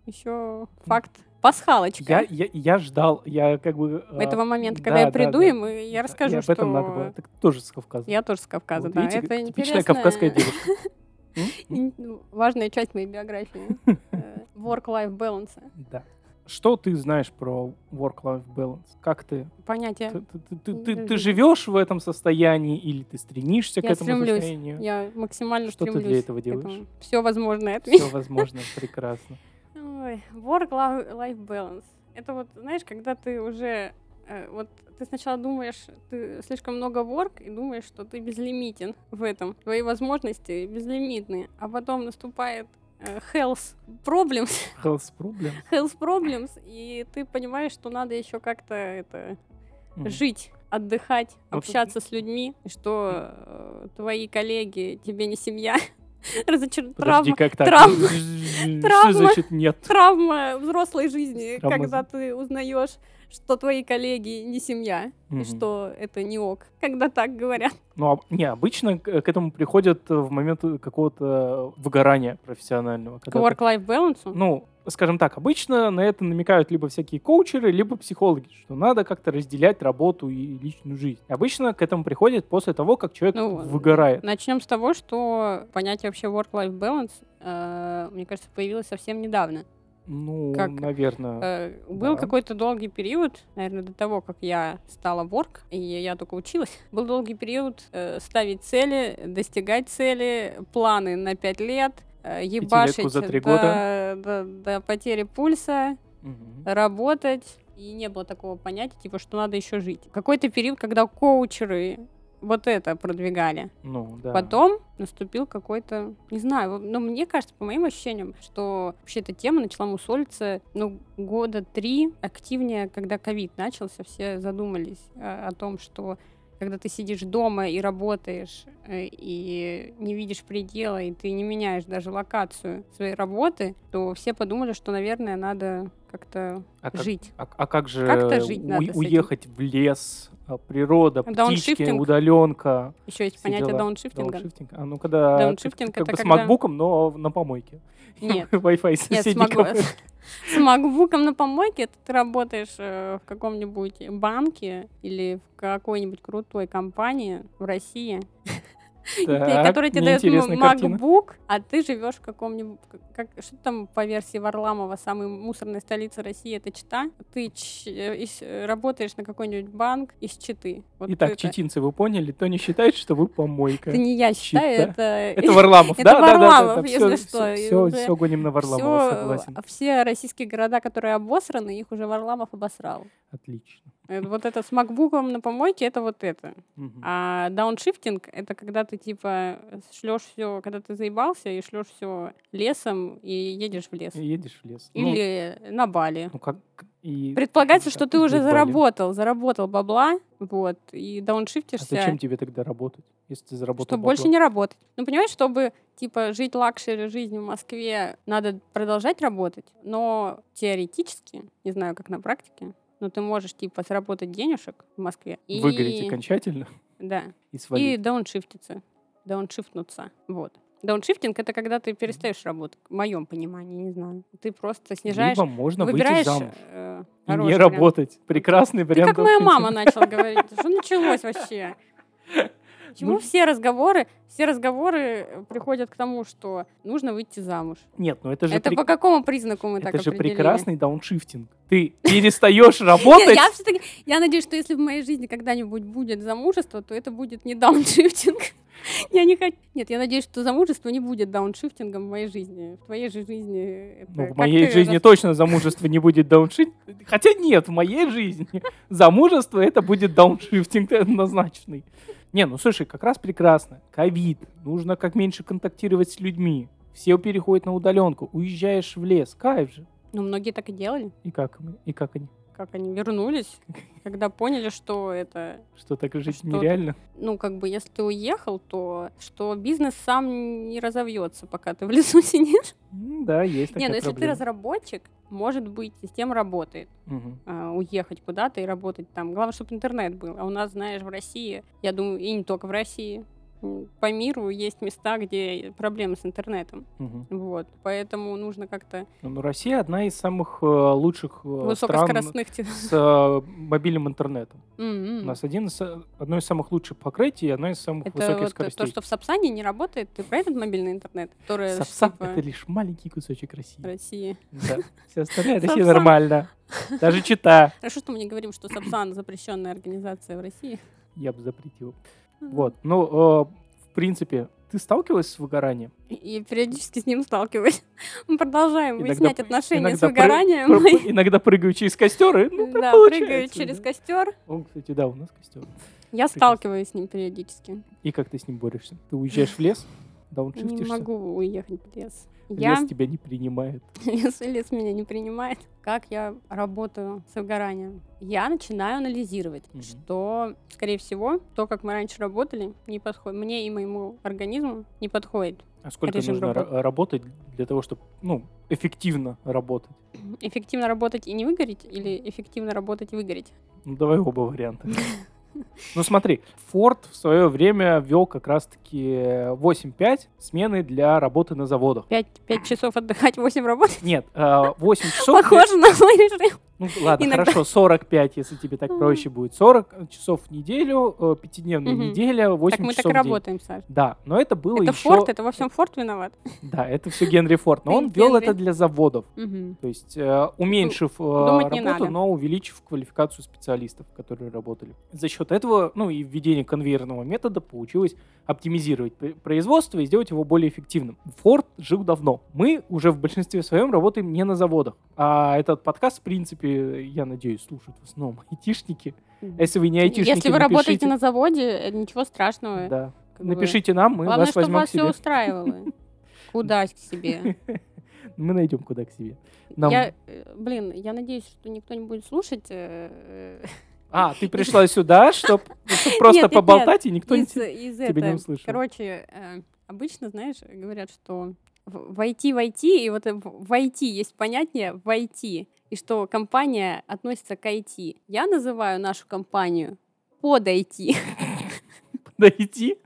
S4: еще факт пасхалочка.
S3: Я, я, я ждал, я как бы... э,
S4: этого момента, когда я
S3: да, да,
S4: приду,
S3: да.
S4: и мы- я
S3: Да,
S4: расскажу,
S3: и об
S4: что
S3: этом надо было. Так тоже с Кавказа.
S4: я тоже с Кавказа.
S3: Вот
S4: да,
S3: видите,
S4: это
S3: типичная
S4: интересная
S3: кавказская девушка. М? М?
S4: ин- ну, важная часть моей биографии. э, Work-life balance.
S3: Да. Что ты знаешь про work-life balance? Как ты?
S4: Понятие.
S3: Ты, ты- ты- ты- ты-
S4: Я
S3: ты
S4: жи-
S3: живешь в этом состоянии или ты стремишься к
S4: Я
S3: этому
S4: стремлюсь.
S3: состоянию?
S4: Я максимально
S3: Что ты для
S4: стремлюсь.
S3: этого делаешь?
S4: Все возможное от
S3: Все возможно, прекрасно.
S4: Ой, work-life balance. Это вот, знаешь, когда ты уже... э, вот ты сначала думаешь, ты слишком много work, и думаешь, что ты безлимитен в этом. Твои возможности безлимитны. А потом наступает э, health problems,
S3: Health problem.
S4: health problems, и ты понимаешь, что надо еще как-то это
S3: Мгм.
S4: жить, отдыхать,
S3: Ну, тут-
S4: общаться с людьми, и что э, твои коллеги тебе не семья, разочар...
S3: Подожди,
S4: травма
S3: как так?
S4: травма.
S3: Что
S4: Травма.
S3: значит нет?
S4: травма взрослой жизни,
S3: Травма
S4: когда ты узнаешь, что твои коллеги не семья,
S3: Мгм.
S4: и что это не ок, когда так говорят.
S3: Ну, а- не, обычно к к этому приходят э, в момент э, какого-то выгорания профессионального.
S4: К
S3: когда ты-
S4: work-life balance.
S3: ну, скажем так, обычно на это намекают либо всякие коучеры, либо психологи, что надо как-то разделять работу и личную жизнь. Обычно к этому приходит после того, как человек
S4: Ну,
S3: выгорает.
S4: Начнем с того, что понятие вообще work-life balance, э, мне кажется, появилось совсем недавно.
S3: Ну,
S4: как,
S3: наверное.
S4: Э, был
S3: Да.
S4: какой-то долгий период, наверное, до того, как я стала work, и я только училась, был долгий период э, ставить цели, достигать цели, планы на пять лет, э, ебашить
S3: за три
S4: до-
S3: года.
S4: до- до потери пульса,
S3: Мгм.
S4: работать. И не было такого понятия, типа, что надо еще жить. Какой-то период, когда коучеры вот это продвигали.
S3: Ну, да.
S4: Потом наступил какой-то, не знаю, вот, но мне кажется, по моим ощущениям, что вообще эта тема начала мусолиться, ну, года три активнее, когда ковид начался, все задумались э, о том, что когда ты сидишь дома и работаешь, э, и не видишь предела, и ты не меняешь даже локацию своей работы, то все подумали, что, наверное, надо как-то
S3: а как,
S4: жить.
S3: а- а как же
S4: Как-то жить
S3: у-
S4: надо с этим.
S3: уехать в лес, а, природа, птички,
S4: Дауншифтинг.
S3: удаленка,
S4: Еще есть
S3: все
S4: понятие
S3: дела.
S4: дауншифтинга.
S3: дауншифтинг? А ну, когда ты-
S4: Дауншифтинг
S3: как
S4: это
S3: бы с
S4: когда-
S3: макбуком, но в- на помойке.
S4: Нет.
S3: Wi-Fi
S4: Нет, с,
S3: соседей
S4: макбу-
S3: кафе.
S4: с макбуком на помойке это ты работаешь э, в каком-нибудь банке или в какой-нибудь крутой компании в России.
S3: Так,
S4: который тебе дает
S3: неинтересная
S4: м-
S3: картина.
S4: MacBook, а ты живешь в каком-нибудь... Как, что там по версии Варламова самой мусорной столицы России, это Чита? Ты ч- э, из- э, работаешь на какой-нибудь банк из Читы. Вот
S3: Итак,
S4: это-
S3: читинцы, вы поняли, то не считает, что вы помойка.
S4: Это не я считаю,
S3: Чита.
S4: это...
S3: Это Варламов,
S4: Это
S3: да? да, да, да,
S4: Варламов,
S3: да, всё-
S4: если
S3: всё-
S4: что, и
S3: Всё,
S4: уже
S3: всё гоним на Варламова,
S4: всё, а
S3: согласен.
S4: все российские города, которые обосраны, их уже Варламов обосрал.
S3: Отлично.
S4: Э, Вот это с макбуком на помойке, это вот это.
S3: Мгм.
S4: А дауншифтинг это когда ты типа шлешь все, когда ты заебался и шлешь все лесом и едешь в лес.
S3: И Едешь в лес. Ну,
S4: Или на Бали.
S3: Ну, как... и-
S4: Предполагается,
S3: да,
S4: что
S3: и А
S4: ты уже
S3: Бали.
S4: заработал, заработал бабла, вот, и
S3: А
S4: дауншифтишься,
S3: зачем тебе тогда работать, если ты заработал
S4: чтобы
S3: бабло?
S4: больше не работать. Ну, понимаешь, чтобы, типа, жить лакшери жизнью в Москве, надо продолжать работать, но теоретически, не знаю, как на практике, но ты можешь, типа, заработать денежек в Москве. И...
S3: Выгореть окончательно
S4: Да.
S3: и свалить.
S4: И дауншифтиться. Дауншифтнуться. Вот. Дауншифтинг — это когда ты перестаешь работать, в моем понимании, не знаю. Ты просто снижаешь...
S3: Либо можно выйти
S4: выбираешь...
S3: замуж.
S4: э,
S3: И
S4: хороший
S3: не
S4: вариант.
S3: работать. Прекрасный
S4: Ты
S3: вариант.
S4: как моя
S3: вообще.
S4: мама начала говорить. Что началось вообще? Почему
S3: Ну,
S4: все разговоры, все разговоры э, приходят к тому, что нужно выйти замуж?
S3: Нет, ну это же,
S4: Это
S3: прек-
S4: по какому признаку мы так
S3: это же
S4: определили?
S3: прекрасный дауншифтинг. Ты перестаешь
S4: Нет,
S3: работать.
S4: я все-таки, я надеюсь, что если в моей жизни когда-нибудь будет замужество, то это будет не дауншифтинг. Я не хочу. Нет, я надеюсь, что замужество не будет дауншифтингом в моей жизни. В твоей же жизни. это
S3: Ну, в
S4: как
S3: моей
S4: ты
S3: жизни
S4: рас-
S3: точно замужество не будет дауншифтинг. Хотя нет, в моей жизни замужество это будет дауншифтинг однозначный. Не, ну слушай, как раз прекрасно. Ковид. Нужно как меньше контактировать с людьми. Все переходят на удаленку. Уезжаешь в лес. Кайф же.
S4: Ну, многие так и делали.
S3: И как, мы- и как они?
S4: Как они вернулись, когда поняли, что это.
S3: Что так жить
S4: Что-то.
S3: нереально?
S4: Ну, как бы, если ты уехал, то что бизнес сам не разовьется, пока ты в лесу сидишь.
S3: М, Да, есть такая
S4: Не, ну если ты
S3: проблема.
S4: разработчик, может быть, система работает.
S3: Мгм.
S4: а, уехать куда-то и работать там. Главное, чтобы интернет был. А у нас, знаешь, в России, я думаю, и не только в России, м, по миру есть места, где проблемы с интернетом.
S3: Мгм.
S4: Вот. Поэтому нужно как-то
S3: Ну, ну, Россия одна из самых э, лучших э, стран
S4: высокоскоростных... те-
S3: с э, мобильным интернетом. У
S4: М-м.
S3: нас один из, э, одно из самых лучших покрытий и одно из самых
S4: Это
S3: высоких
S4: вот
S3: скоростей.
S4: то, что в Сапсане не работает. Ты про этот мобильный интернет, который
S3: Сапсан
S4: типа,
S3: это лишь маленький кусочек России.
S4: России.
S3: Да. Все остальное Россия
S4: Сапсан.
S3: нормально. Даже чита.
S4: Хорошо, что мы не говорим, что Сапсан запрещенная организация в России.
S3: Я бы запретил. Вот. Ну, э, в принципе, ты сталкивалась с выгоранием?
S4: И периодически с ним сталкиваюсь. Мы продолжаем
S3: Иногда
S4: выяснять
S3: п-
S4: отношения с
S3: иногда пры-
S4: выгоранием.
S3: Пр- пр- Иногда прыгаю через костеры. Ну, так
S4: Да, прыгаю
S3: получается,
S4: через
S3: да.
S4: костер.
S3: Он, кстати, да, у нас костер.
S4: Я
S3: Прекрасно.
S4: сталкиваюсь с ним периодически.
S3: И как ты с ним борешься? Ты уезжаешь в лес,
S4: Не
S3: дауншифтишься,
S4: могу уехать в лес. Я
S3: лес тебя не принимает.
S4: лес, лес меня не принимает. Как я работаю с выгоранием? Я начинаю анализировать,
S3: Мгм.
S4: что, скорее всего, то, как мы раньше работали, не подходит мне и моему организму не подходит.
S3: А сколько
S4: Режим
S3: нужно
S4: работы.
S3: ра- работать для того, чтобы, ну, эффективно работать?
S4: Эффективно работать и не выгореть, или эффективно работать и выгореть?
S3: Ну, давай оба варианта. Ну, смотри, Форд в свое время вел как раз-таки 8-5 смены для работы на заводах.
S4: Пять, пять часов отдыхать, восемь работать?
S3: Нет, э, 8 часов...
S4: Похоже на мой режим.
S3: Ну, ладно,
S4: Иногда.
S3: хорошо, 45, если тебе так проще будет. 40 часов в неделю, э, пятидневная
S4: Мгм.
S3: неделя, 8
S4: Так мы
S3: часов
S4: так и
S3: в день. Ну
S4: работаем, Саша.
S3: Да, но это было
S4: Это
S3: еще...
S4: Форд, это во всем Форд виноват.
S3: Да, это все Генри Форд. Но он
S4: Ген-
S3: вел
S4: Генри.
S3: это для заводов.
S4: Мгм.
S3: То есть э, уменьшив э,
S4: думать не
S3: работу,
S4: надо.
S3: но увеличив квалификацию специалистов, которые работали. За счет этого, ну и введение конвейерного метода получилось оптимизировать пр- производство и сделать его более эффективным. Форд жил давно. Мы уже в большинстве своем работаем не на заводах. А этот подкаст, в принципе, я надеюсь, слушают в основном айтишники. Если вы не айтишники,
S4: Если вы
S3: напишите-
S4: работаете на заводе, э, ничего страшного.
S3: Да.
S4: как бы.
S3: Напишите нам, мы
S4: Главное,
S3: вас
S4: чтобы
S3: возьмем к
S4: вас все
S3: себе.
S4: устраивало. Куда к себе?
S3: Мы найдем куда к себе. Нам-
S4: Я, э, блин, я надеюсь, что никто не будет слушать э,
S3: А, ты пришла сюда, чтобы просто
S4: нет, нет.
S3: поболтать, и
S4: э,
S3: никто не
S4: из
S3: те-
S4: из
S3: тебя не
S4: этого.
S3: услышал.
S4: Короче, э, обычно, знаешь, говорят, что в- войти, войти, и вот э, в- войти есть понятнее войти, и что компания относится к IT. Я называю нашу компанию подойти.
S3: подойти.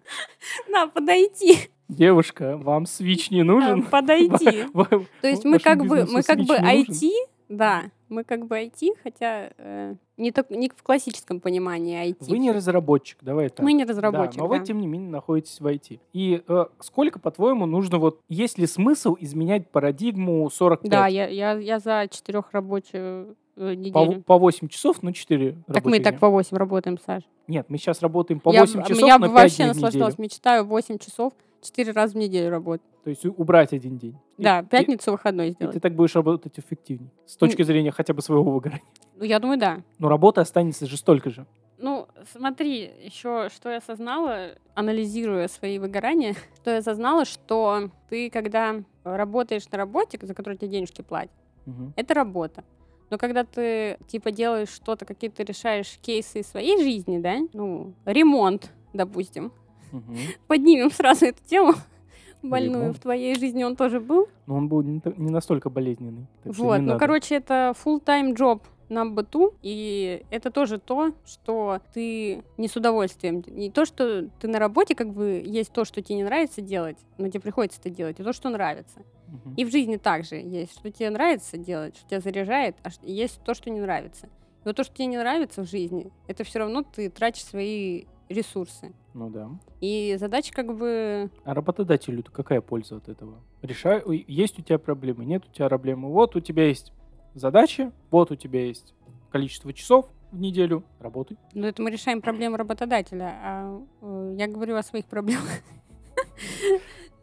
S4: Да, подойти.
S3: Девушка, вам свич не
S4: Э,
S3: нужен?
S4: Подойти.
S3: Ва- ва-
S4: То есть мы
S3: вашему
S4: как бы
S3: бизнесу
S4: мы как
S3: свич
S4: бы
S3: не нужен?
S4: IT, да, Мы как бы IT, хотя э, не, так, не в классическом понимании IT.
S3: Вы не разработчик, давай так.
S4: Мы не разработчик,
S3: Да, но вы, типа
S4: да.
S3: тем не менее, находитесь в IT. И э, сколько, по-твоему, нужно вот... Есть ли смысл изменять парадигму 45?
S4: Да, я, я, я за четырех рабочую э,
S3: по,
S4: неделю.
S3: 8 часов, но 4
S4: Так мы и так по 8 работаем, Саш.
S3: Нет, мы сейчас работаем по
S4: я,
S3: 8
S4: б-
S3: часов
S4: я
S3: на
S4: б
S3: 5
S4: вообще
S3: дней в
S4: наслаждалась.
S3: неделю.
S4: Мечтаю 8 часов 4 раза в неделю работать.
S3: То есть у- убрать один день. И-
S4: Да,
S3: и-
S4: пятницу выходной
S3: И, ты
S4: сделать.
S3: так будешь работать эффективнее. С точки зрения хотя бы своего выгорания.
S4: Ну, я думаю, да.
S3: Но работа останется же столько же.
S4: Ну, смотри, еще что я осознала, анализируя свои выгорания, что я осознала, что ты, когда работаешь на работе, за которую тебе денежки платят,
S3: Мгм.
S4: это работа. Но когда ты, типа, делаешь что-то, какие-то решаешь кейсы из своей жизни, да, ну, ремонт, допустим,
S3: Мгм.
S4: поднимем сразу эту тему больную.
S3: Ремонт.
S4: В твоей жизни он тоже был.
S3: Но он будет не, та- не настолько болезненный. так что
S4: вот,
S3: не
S4: ну,
S3: надо.
S4: короче, это full-time job на быту, и это тоже то, что ты не с удовольствием. Не то, что ты на работе, как бы, есть то, что тебе не нравится делать, но тебе приходится это делать, и то, что нравится.
S3: Мгм.
S4: И в жизни также есть, что тебе нравится делать, что тебя заряжает, а ш- есть то, что не нравится. И вот то, что тебе не нравится в жизни, это все равно ты тратишь свои ресурсы.
S3: Ну да.
S4: И задача как бы...
S3: А работодателю-то какая польза от этого? Решай, ой, есть у тебя проблемы, нет у тебя проблемы. Вот у тебя есть задачи, вот у тебя есть количество часов в неделю, работай.
S4: Ну, это мы решаем проблему работодателя, а э, я говорю о своих проблемах.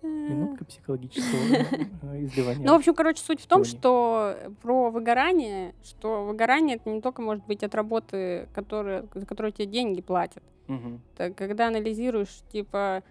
S3: Минутка психологического э, изливания.
S4: Ну, в общем, короче, суть в том,
S3: Тони.
S4: что про выгорание, что выгорание это не только может быть от работы, которая, за которую тебе деньги платят.
S3: Мгм.
S4: Так, когда анализируешь, типа,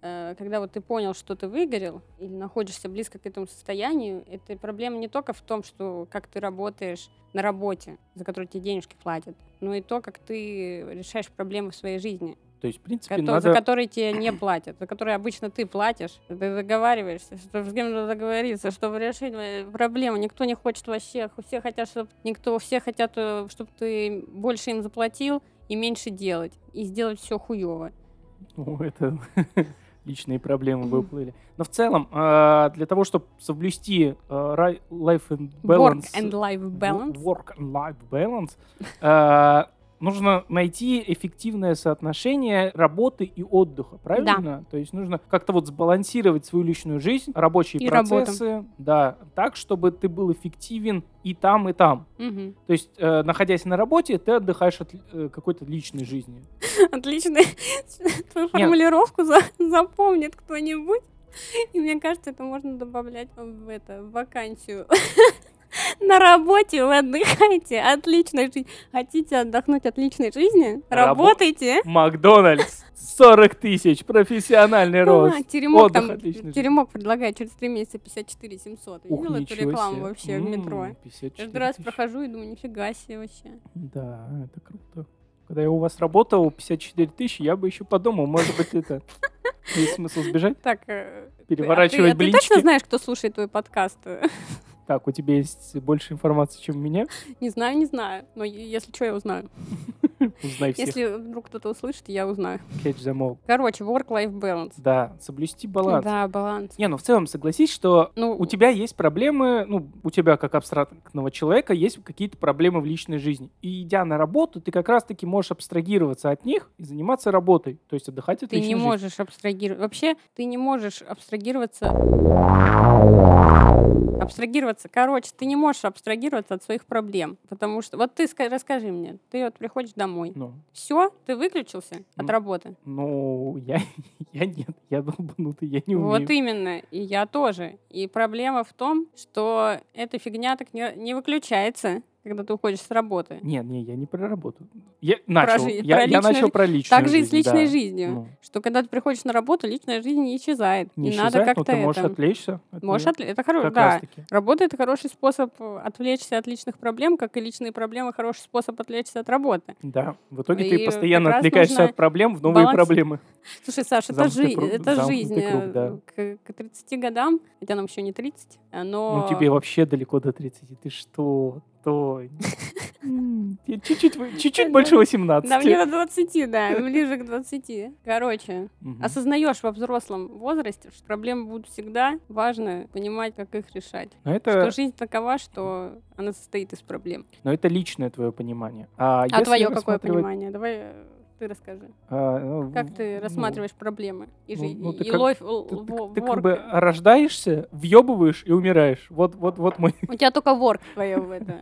S4: э, когда вот ты понял, что ты выгорел или находишься близко к этому состоянию, это проблема не только в том, что как ты работаешь на работе, за которую тебе денежки платят, но и то, как ты решаешь проблемы в своей жизни,
S3: То есть, в принципе,
S4: кото- за
S3: надо...
S4: которые тебе не платят, за которые обычно ты платишь, ты договариваешься, что с кем-то договориться, чтобы решить э, проблему. Никто не хочет вообще, все хотят, чтобы никто, все хотят, чтобы ты больше им заплатил и меньше делать, и сделать все хуево.
S3: Ну, это личные проблемы выплыли. Но в целом, а, для того, чтобы соблюсти а, рай- life and
S4: Work
S3: balance...
S4: and life balance.
S3: Wo- Work and life balance. а, Нужно найти эффективное соотношение работы и отдыха, правильно? То есть нужно как-то вот сбалансировать свою личную жизнь, рабочие
S4: И работу.
S3: процессы, да, так, чтобы ты был эффективен и там, и там.
S4: Мгм.
S3: То есть, э, находясь на работе, ты отдыхаешь от э, какой-то личной жизни.
S4: Отлично. Твою формулировку за- запомнит кто-нибудь. И мне кажется, это можно добавлять в это в вакансию. На работе вы отдыхаете, отличной жизни. Хотите отдохнуть от личной жизни?
S3: Рабо-
S4: Работайте.
S3: Макдональдс, 40 тысяч, профессиональный рост.
S4: А, Теремок
S3: Отдых
S4: там,
S3: отличный.
S4: теремок предлагает через три месяца 54 700.
S3: Ух,
S4: Видела эту
S3: ничего
S4: рекламу
S3: себе.
S4: вообще в
S3: М,
S4: метро?
S3: 54
S4: Каждый раз
S3: тысячи.
S4: прохожу и думаю, нифига себе вообще.
S3: Да, это круто. Когда я у вас работал, 54 тысячи, я бы еще подумал, может быть, это... Есть смысл сбежать?
S4: Так, э, ты- а ты-
S3: Переворачивать
S4: а ты точно
S3: блинчики?
S4: знаешь, кто слушает твой подкаст?
S3: Так, у тебя есть больше информации, чем у меня?
S4: Не знаю, не знаю. Но е- если что, я узнаю.
S3: Узнай всех.
S4: Если вдруг кто-то услышит, я узнаю.
S3: Catch them all.
S4: Короче, work-life balance.
S3: Да, соблюсти баланс.
S4: Да, баланс.
S3: Не, ну в целом согласись, что
S4: Ну,
S3: у тебя есть проблемы, ну, у тебя как абстрактного человека есть какие-то проблемы в личной жизни. И идя на работу, ты как раз-таки можешь абстрагироваться от них и заниматься работой, то есть отдыхать от
S4: ты
S3: личной
S4: не
S3: жизни.
S4: можешь абстрагироваться. Вообще, ты не можешь абстрагироваться... Абстрагироваться. Короче, ты не можешь абстрагироваться от своих проблем. Потому что... Вот ты ска- расскажи мне. Ты вот приходишь домой.
S3: Ну,
S4: Все, ты выключился
S3: М.
S4: от работы.
S3: ну, я, я нет, я долбанутый, я не умею.
S4: Вот именно. И я тоже. И проблема в том, что эта фигня так не, не выключается, когда ты уходишь с работы.
S3: Нет, не, я не про работу. Я начал,
S4: жи-
S3: я,
S4: про
S3: я
S4: личную
S3: начал
S4: жи-
S3: про личную
S4: Так же и с
S3: жизнь,
S4: личной
S3: да.
S4: жизнью.
S3: Ну,
S4: Что когда ты приходишь на работу, личная жизнь не исчезает.
S3: не
S4: и
S3: исчезает,
S4: надо
S3: но
S4: как-то
S3: ты можешь
S4: это...
S3: отвлечься от
S4: Можешь
S3: неё.
S4: отвле- Это хорошо,
S3: Как
S4: да.
S3: раз-таки.
S4: Работа — это хороший способ э, отвлечься от личных проблем, как и личные проблемы — хороший способ отвлечься от работы.
S3: Да, в итоге
S4: И
S3: ты постоянно
S4: как раз
S3: отвлекаешься
S4: нужно
S3: от проблем в новые
S4: баланс-
S3: проблемы.
S4: Слушай, Саш, это,
S3: Замкнутый
S4: жи-
S3: круг-
S4: это
S3: замкнутый
S4: жизнь.
S3: круг,
S4: э,
S3: да.
S4: к, к 30 годам, хотя нам еще не 30, э, но...
S3: Ну тебе вообще далеко до 30. Ты что, Тонь? М. Я чуть-чуть, вы- чуть-чуть больше 18.
S4: Да, мне до 20, да, ближе к 20. Короче,
S3: Мгм.
S4: осознаешь во взрослом возрасте, что проблемы будут всегда. Важно понимать, как их решать.
S3: Но
S4: Что
S3: это,
S4: жизнь такова, что она состоит из проблем.
S3: но это личное твое понимание. А,
S4: А
S3: если
S4: твое какое
S3: рассматривать,
S4: понимание? Давай э, ты расскажи.
S3: а, ну,
S4: Как
S3: в-
S4: ты
S3: ну,
S4: рассматриваешь проблемы и,
S3: ну-
S4: жи-
S3: ну, ты
S4: и
S3: как-
S4: ловь,
S3: Ты,
S4: л-
S3: ты-
S4: во-
S3: ты как
S4: work.
S3: бы рождаешься, въебываешь и умираешь. Вот, вот, вот мой.
S4: У тебя только ворк твое в это.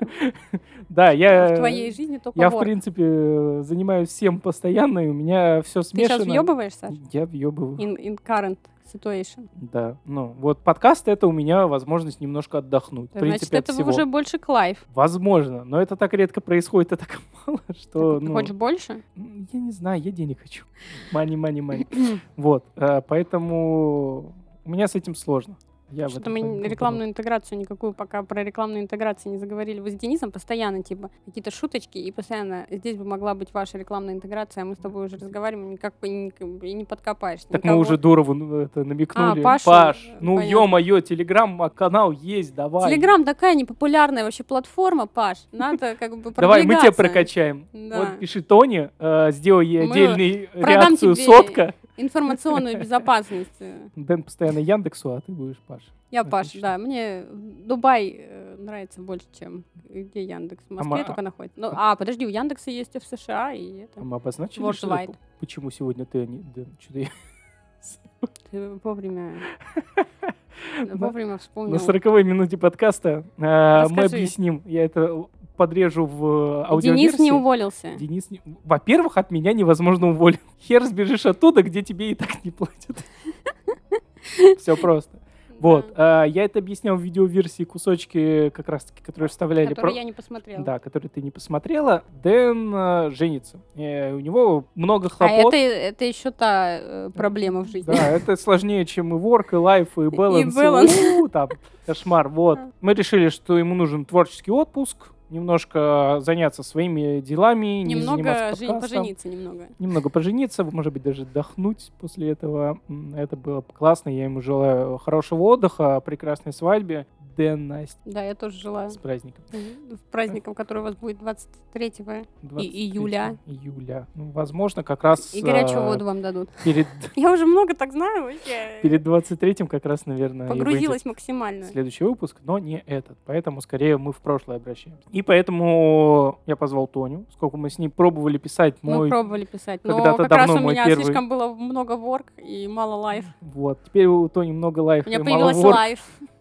S3: Да, я.
S4: В твоей жизни только
S3: Э, Я, в
S4: ворк.
S3: принципе, занимаюсь всем постоянно, и у меня все
S4: Ты сейчас
S3: смешано.
S4: въебываешь, Саш?
S3: Я въебываю.
S4: In, in current situation.
S3: Да. Ну, вот подкаст это у меня возможность немножко отдохнуть. в принципе,
S4: Значит, это
S3: от всего.
S4: уже больше клайв.
S3: Возможно, но это так редко происходит, это так мало, что...
S4: Ты
S3: ну,
S4: хочешь больше?
S3: м, Я не знаю, я денег хочу. Мани, мани, мани. Вот, э, поэтому у меня с этим сложно. Я в
S4: Что-то
S3: этом
S4: мы
S3: плане
S4: н-
S3: был
S4: рекламную интеграцию никакую пока про рекламную интеграцию не заговорили. Вы с Денисом постоянно, типа, какие-то шуточки, и постоянно здесь бы могла быть ваша рекламная интеграция, а мы с тобой уже разговариваем, никак бы не, и не подкопаешь.
S3: подумал. Так
S4: никого.
S3: мы уже Дурову ну, это намекнули.
S4: А, Пашу,
S3: Паш,
S4: э,
S3: ну
S4: понятно.
S3: ё-моё, телеграм-канал есть, давай.
S4: Телеграм такая непопулярная вообще платформа, Паш. Надо как бы
S3: Давай, мы тебя
S4: продвигаться.
S3: прокачаем.
S4: Да.
S3: Вот пиши Тони, э, сделай ей
S4: Мы
S3: отдельный
S4: продам
S3: реакцию
S4: тебе-
S3: сотка.
S4: Информационную безопасность. э.
S3: Дэн постоянно Яндексу, а ты будешь Паш.
S4: Я Паш,
S3: Отлично.
S4: да. Мне Дубай э, нравится больше, чем где Яндекс. В Москве
S3: ма-
S4: только находится. Ну, а, подожди, у Яндекса есть и в США, и
S3: А
S4: это.
S3: мы обозначили,
S4: Worldwide.
S3: что п- почему сегодня ты, а не Дэн? Что-то я
S4: Ты вовремя...
S3: На-
S4: Вовремя вспомнил.
S3: на сороковой минуте подкаста э, мы
S4: Ну. Расскажи.
S3: объясним. Я это подрежу в э, аудиоверсии.
S4: Денис не уволился.
S3: Денис не- Во-первых, от меня невозможно уволить. Хер сбежишь оттуда, где тебе и так не платят. Все просто. Вот. э, Я это объяснял в видеоверсии кусочки, как раз таки, которые вставляли. про-
S4: Который я не посмотрела.
S3: Да, который ты не посмотрела. Дэн э, женится. Э, у него много
S4: А
S3: хлопот.
S4: это, это еще та э, проблема в жизни.
S3: Да, это сложнее, чем и work, и life, и balance.
S4: balance.
S3: У, там, кошмар, вот. Мы решили, что ему нужен творческий отпуск, немножко заняться своими делами, не
S4: немного
S3: заниматься
S4: жен-
S3: подкастом.
S4: пожениться немного.
S3: Немного пожениться, может быть, даже отдохнуть после этого. М, Это было бы классно. Я ему желаю хорошего отдыха, прекрасной свадьбы. Дэн, Настя,
S4: Да, я тоже желаю.
S3: с праздником.
S4: Мгм. С праздником, который у вас будет 23
S3: 23
S4: июля.
S3: Июля. Ну, возможно, как раз
S4: И горячую
S3: э,
S4: воду вам дадут.
S3: перед,
S4: Я уже много так знаю вообще.
S3: перед 23-м как раз, наверное, и выйдет.
S4: Погрузилась максимально.
S3: следующий выпуск, но не этот. Поэтому скорее мы в прошлое обращаемся. И поэтому я позвал Тоню. Сколько мы с ней пробовали писать
S4: Мы
S3: мой...
S4: пробовали писать, но
S3: когда-то
S4: как раз
S3: давно
S4: у
S3: мой
S4: меня
S3: первый-
S4: слишком было много ворк и мало лайф.
S3: Вот. Теперь у Тони много лайф.
S4: У меня
S3: и
S4: появилась
S3: мало work.
S4: лайф.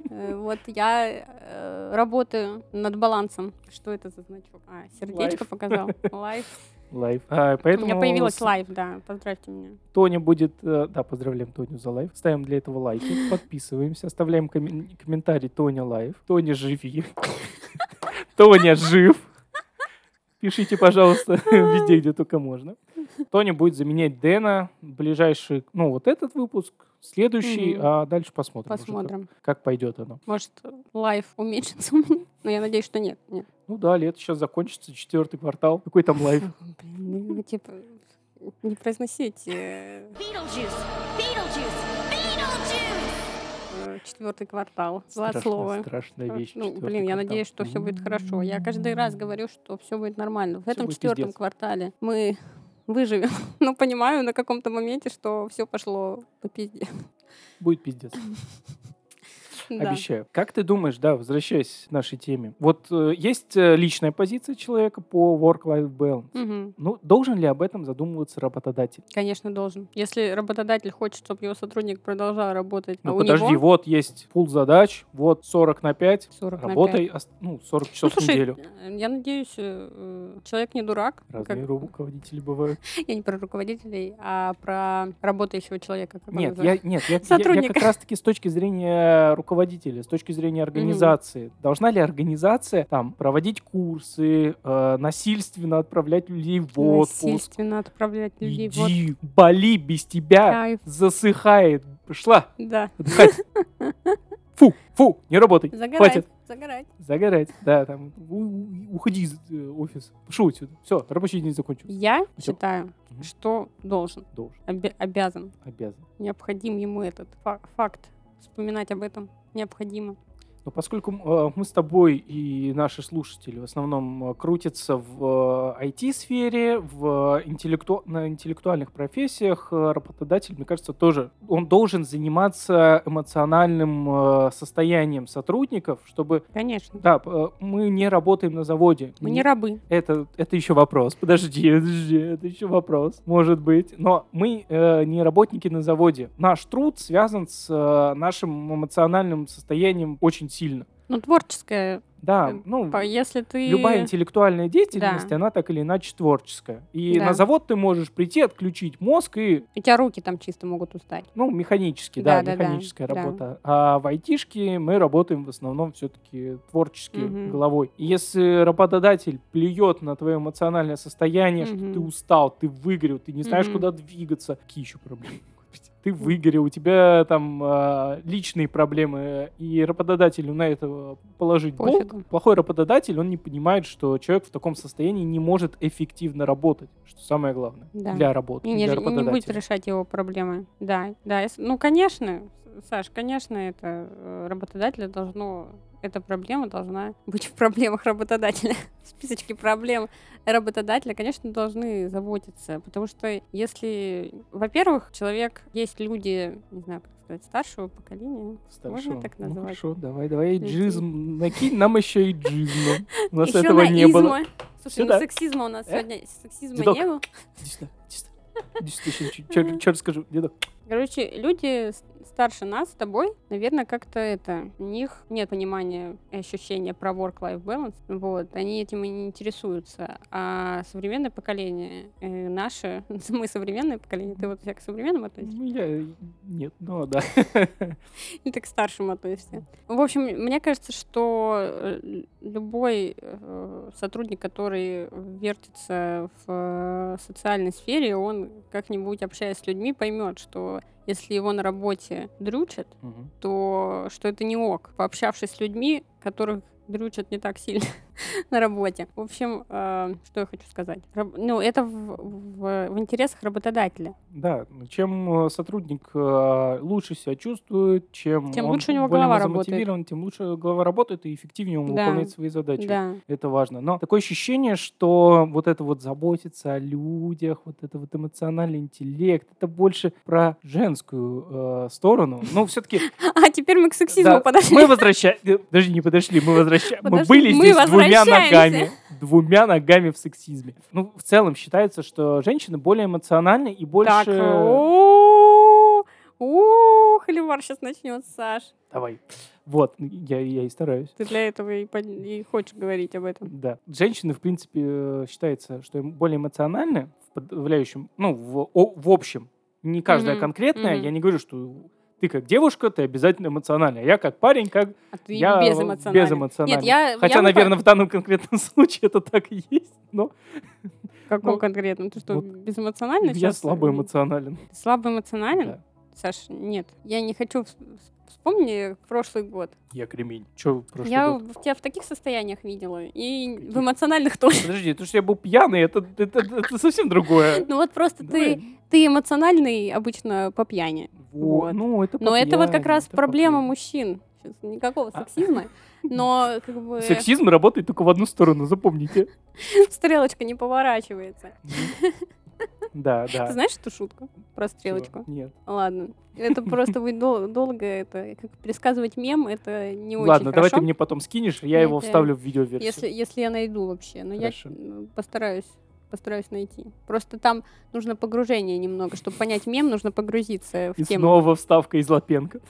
S4: Э, Вот я э, работаю над балансом. Что это за значок? А, сердечко
S3: Лайф.
S4: показал. Лайф.
S3: Лайф. А,
S4: У
S3: поэтому
S4: меня появилась
S3: с-
S4: лайф, да. Поздравьте меня.
S3: Тоня будет... э, Да, поздравляем Тоню за лайф. Ставим для этого лайки, подписываемся, оставляем комен- комментарий Тоня лайф. Тоня живи. Тоня жив. Пишите, пожалуйста, везде, где только можно. Тоня будет заменять Дэна ближайший, ну, вот этот выпуск, следующий,
S4: Мгм.
S3: а дальше посмотрим. уже, как-
S4: Посмотрим.
S3: как пойдет оно.
S4: Может, лайф уменьшится у меня? Но я надеюсь, что нет. Нет.
S3: Ну да, лето сейчас закончится, четвертый квартал. Какой там лайф?
S4: Блин, ну, вы, типа, не произносите четвертый Э, квартал. Два
S3: Страшно-
S4: слова.
S3: Страшная вещь.
S4: Ну,
S3: четвертый
S4: блин, я
S3: квартал. М-м-м.
S4: надеюсь, что все будет хорошо. Я каждый раз говорю, что все будет нормально. В
S3: Всё
S4: этом
S3: будет
S4: четвертом
S3: пиздец.
S4: квартале мы выживем. Но понимаю на каком-то моменте, что все пошло по пизде.
S3: Будет пиздец.
S4: Да.
S3: Обещаю. Как ты думаешь, да, возвращаясь к нашей теме, вот э, есть э, личная позиция человека по work-life balance.
S4: Мгм.
S3: Ну, должен ли об этом задумываться работодатель?
S4: Конечно, должен. Если работодатель хочет, чтобы его сотрудник продолжал работать, а
S3: Ну,
S4: у
S3: подожди,
S4: него
S3: вот есть пул задач, вот 40 на 5,
S4: 40 на
S3: работай, ост- ну, 40
S4: Ну,
S3: часов в
S4: слушай,
S3: неделю.
S4: э, я надеюсь, э, э, человек не дурак. Ну,
S3: Разные
S4: как-
S3: руководители бывают.
S4: Я не про руководителей, а про работающего человека. как он
S3: Нет, я,
S4: называется.
S3: нет, я, я- я
S4: Сотрудника.
S3: как раз-таки с точки зрения руководителя, с точки зрения организации. Должна ли организация там проводить курсы, э, насильственно отправлять людей в отпуск?
S4: Насильственно отправлять людей в отпуск.
S3: Иди, боли без тебя,
S4: Кайф.
S3: засыхает. Пошла
S4: Да.
S3: отдыхать. Фу, фу, не работай.
S4: Загорать,
S3: Хватит.
S4: загорать.
S3: Загорать, да, там, у- у- уходи из э, офиса. Пошел отсюда. Все, рабочий день закончился.
S4: Я
S3: Всё.
S4: считаю,
S3: Мгм.
S4: что должен,
S3: Должен,
S4: обе- обязан,
S3: обязан.
S4: необходим ему этот фа- факт. Вспоминать об этом необходимо.
S3: Но поскольку э, мы с тобой и наши слушатели в основном э, крутятся в э, IT-сфере, в э, интеллекту- на интеллектуальных профессиях, э, работодатель, мне кажется, тоже он должен заниматься эмоциональным э, состоянием сотрудников, чтобы
S4: Конечно.
S3: да, п- э, мы не работаем на заводе.
S4: Мы
S3: Не-
S4: не рабы.
S3: это, это еще вопрос. Подожди, подожди, это еще вопрос. Может быть. Но мы э, не работники на заводе. Наш труд связан с э, нашим эмоциональным состоянием очень сильно.
S4: Ну, творческое.
S3: Да,
S4: Эм,
S3: ну,
S4: По- Если ты...
S3: любая интеллектуальная деятельность,
S4: Да.
S3: она так или иначе творческая. И
S4: Да.
S3: на завод ты можешь прийти, отключить мозг и,
S4: У тебя руки там чисто могут устать.
S3: ну, механически, да,
S4: Да-да-да,
S3: механическая
S4: да.
S3: работа. А в айтишке мы работаем в основном все-таки творчески,
S4: Мгм.
S3: головой. И если работодатель плюет на твое эмоциональное состояние, что
S4: Мгм.
S3: ты устал, ты выгорел, ты не знаешь,
S4: Мгм.
S3: куда двигаться, какие еще проблемы? Господи, Ты выгорел, у тебя там а, личные проблемы, и работодателю на это положить
S4: Пофигу.
S3: болт. Плохой работодатель, он не понимает, что человек в таком состоянии не может эффективно работать, что самое главное
S4: Да.
S3: для работы,
S4: И не,
S3: для
S4: ре- и не будет
S3: работодателя.
S4: решать его проблемы. Да, да. ес- Ну, конечно, Саш, конечно, это э, работодателя должно... Эта проблема должна быть в проблемах работодателя. В списочке проблем работодателя, конечно, должны заботиться. Потому что если... Во-первых, человек... Есть люди, не знаю, как сказать, старшего поколения.
S3: Старшего.
S4: Можно так
S3: Ну,
S4: называть?
S3: хорошо, давай, давай
S4: Окей.
S3: эйджизм. Накинь нам еще эйджизма. У нас
S4: Ещё
S3: этого
S4: на
S3: не было.
S4: изма. Слушай,
S3: Сюда.
S4: ну сексизма у нас
S3: Э?
S4: сегодня... Сексизма
S3: Дедок.
S4: не было.
S3: Иди сюда, иди сюда. Иди сюда, щас- щас- чё- чё расскажу, дедок.
S4: Короче, люди с- старше нас с тобой, наверное, как-то это... У них нет понимания и ощущения про work-life balance. Вот, они этим и не интересуются. А современное поколение, э, наше, мы современное поколение, ты вот себя к современному относишься,
S3: Ну, я... Нет, ну да.
S4: или ты к старшему относишься? В общем, мне кажется, что э, любой э, сотрудник, который вертится в э, социальной сфере, он как-нибудь, общаясь с людьми, поймет, что если его на работе дрючат, то что это не ок, пообщавшись с людьми, которых дрючат не так сильно на работе. В общем, э, что я хочу сказать. Раб- ну, это в, в- в интересах работодателя.
S3: Да, ну, чем э, сотрудник э, лучше себя чувствует, чем,
S4: Тем
S3: он
S4: лучше у него
S3: более
S4: голова работает.
S3: замотивирован, тем лучше голова работает и эффективнее он
S4: Да.
S3: выполняет свои задачи.
S4: Да.
S3: Это важно. Но такое ощущение, что вот это вот заботиться о людях, вот это вот эмоциональный интеллект, это больше про женскую э, сторону. Ну, все-таки...
S4: А теперь мы к сексизму подошли.
S3: Мы возвращаемся... Даже не подошли, мы возвращаемся. Мы
S4: Подошли,
S3: были
S4: мы
S3: здесь двумя
S4: возвращаемся.
S3: ногами. Двумя ногами в сексизме. Ну, в целом считается, что женщины более эмоциональны и больше...
S4: Так, э, о, о, холивар сейчас начнется, Саш.
S3: Давай. Вот, я, я и стараюсь.
S4: Ты для этого и, под- и хочешь говорить об этом.
S3: Да. Женщины, в принципе, э, считается, что им более эмоциональны в подавляющем, ну, в, о- в общем. Не каждая
S4: Мгм,
S3: конкретная.
S4: мгм.
S3: Я не говорю, что ты как девушка, ты обязательно эмоциональная. а Я как парень, как...
S4: А ты
S3: я
S4: безэмоциональный.
S3: безэмоциональный.
S4: Нет, я...
S3: Хотя,
S4: я бы-
S3: наверное, в данном конкретном случае это так и есть. Но
S4: В каком
S3: ну,
S4: конкретном? Ты что,
S3: вот
S4: безэмоциональный
S3: я
S4: щас?
S3: слабо эмоционален.
S4: Ты слабо эмоционален?
S3: Да.
S4: Саш, нет. Я не хочу... вс- Вспомни прошлый год.
S3: Я кремень. Че прошлый
S4: я
S3: год?
S4: в- тебя в таких состояниях видела. И в эмоциональных тоже.
S3: Подожди, то, что я был пьяный, это, это, это совсем другое.
S4: Ну вот просто ты,
S3: Давай.
S4: ты эмоциональный обычно по пьяни.
S3: Во,
S4: вот.
S3: Ну, это
S4: Но это вот как
S3: попьяни,
S4: раз
S3: это
S4: проблема
S3: попьяни.
S4: мужчин. Сейчас никакого
S3: А.
S4: сексизма. Но как бы
S3: Сексизм работает только в одну сторону, запомните.
S4: стрелочка не поворачивается.
S3: Да,
S4: Ты
S3: да.
S4: знаешь эту шутку про
S3: Всё,
S4: стрелочку?
S3: Нет.
S4: Ладно. Это просто вы дол- долго это как пересказывать мем, это не очень
S3: Ладно, давай ты
S4: хорошо.
S3: мне потом скинешь, я
S4: Нет,
S3: его
S4: я-
S3: вставлю в видеоверсию.
S4: Если, если я найду вообще. Но
S3: Хорошо.
S4: я м, постараюсь постараюсь найти. Просто там нужно погружение немного. Чтобы понять мем, нужно погрузиться в
S3: И
S4: тему.
S3: снова вставка из Лапенко.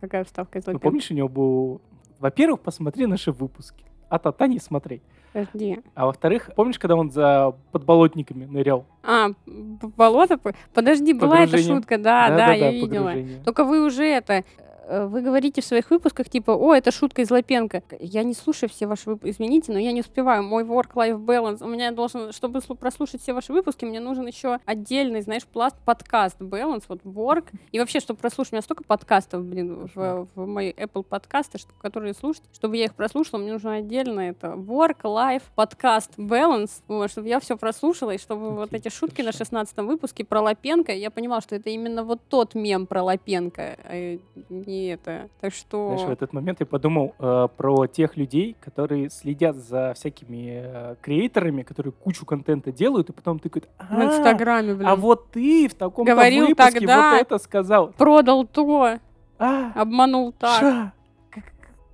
S4: Какая вставка из
S3: Ну,
S4: Лапенко?
S3: помнишь, у него был... Во-первых, посмотри наши выпуски. А тата не смотри.
S4: Подожди.
S3: А во-вторых, помнишь, когда он за подболотниками нырял?
S4: А, б- болото? по- Подожди, была эта
S3: Погружение.
S4: шутка, А, да, да, я видела.
S3: погружение.
S4: Только вы уже это... э, Вы говорите в своих выпусках, типа, о, это шутка из Лапенко. Я не слушаю все ваши выпуски, извините, но я не успеваю. Мой work-life balance, у меня должен, чтобы слу- прослушать все ваши выпуски, мне нужен еще отдельный, знаешь, пласт подкаст balance, вот work. И вообще, чтобы прослушать, у меня столько подкастов, блин, в,
S3: Кошмар.
S4: в мои Apple подкасты, что- которые слушать, чтобы я их прослушала, мне нужно отдельно это work-life подкаст balance, вот, чтобы я все прослушала, и чтобы вот
S3: Окей,
S4: эти шутки на
S3: хорошо.
S4: 16 выпуске про Лапенко, я понимала, что это именно вот тот мем про Лапенко. э, Не не это. Так что...
S3: Знаешь, в этот момент я подумал э, про тех людей, которые следят за всякими э, креаторами, которые кучу контента делают, и потом тыкают,
S4: В
S3: а,
S4: Инстаграме, блин.
S3: а вот ты в таком
S4: Говорил
S3: выпуске
S4: тогда.
S3: вот это сказал.
S4: Продал то,
S3: А,
S4: обманул так.
S3: ша, как-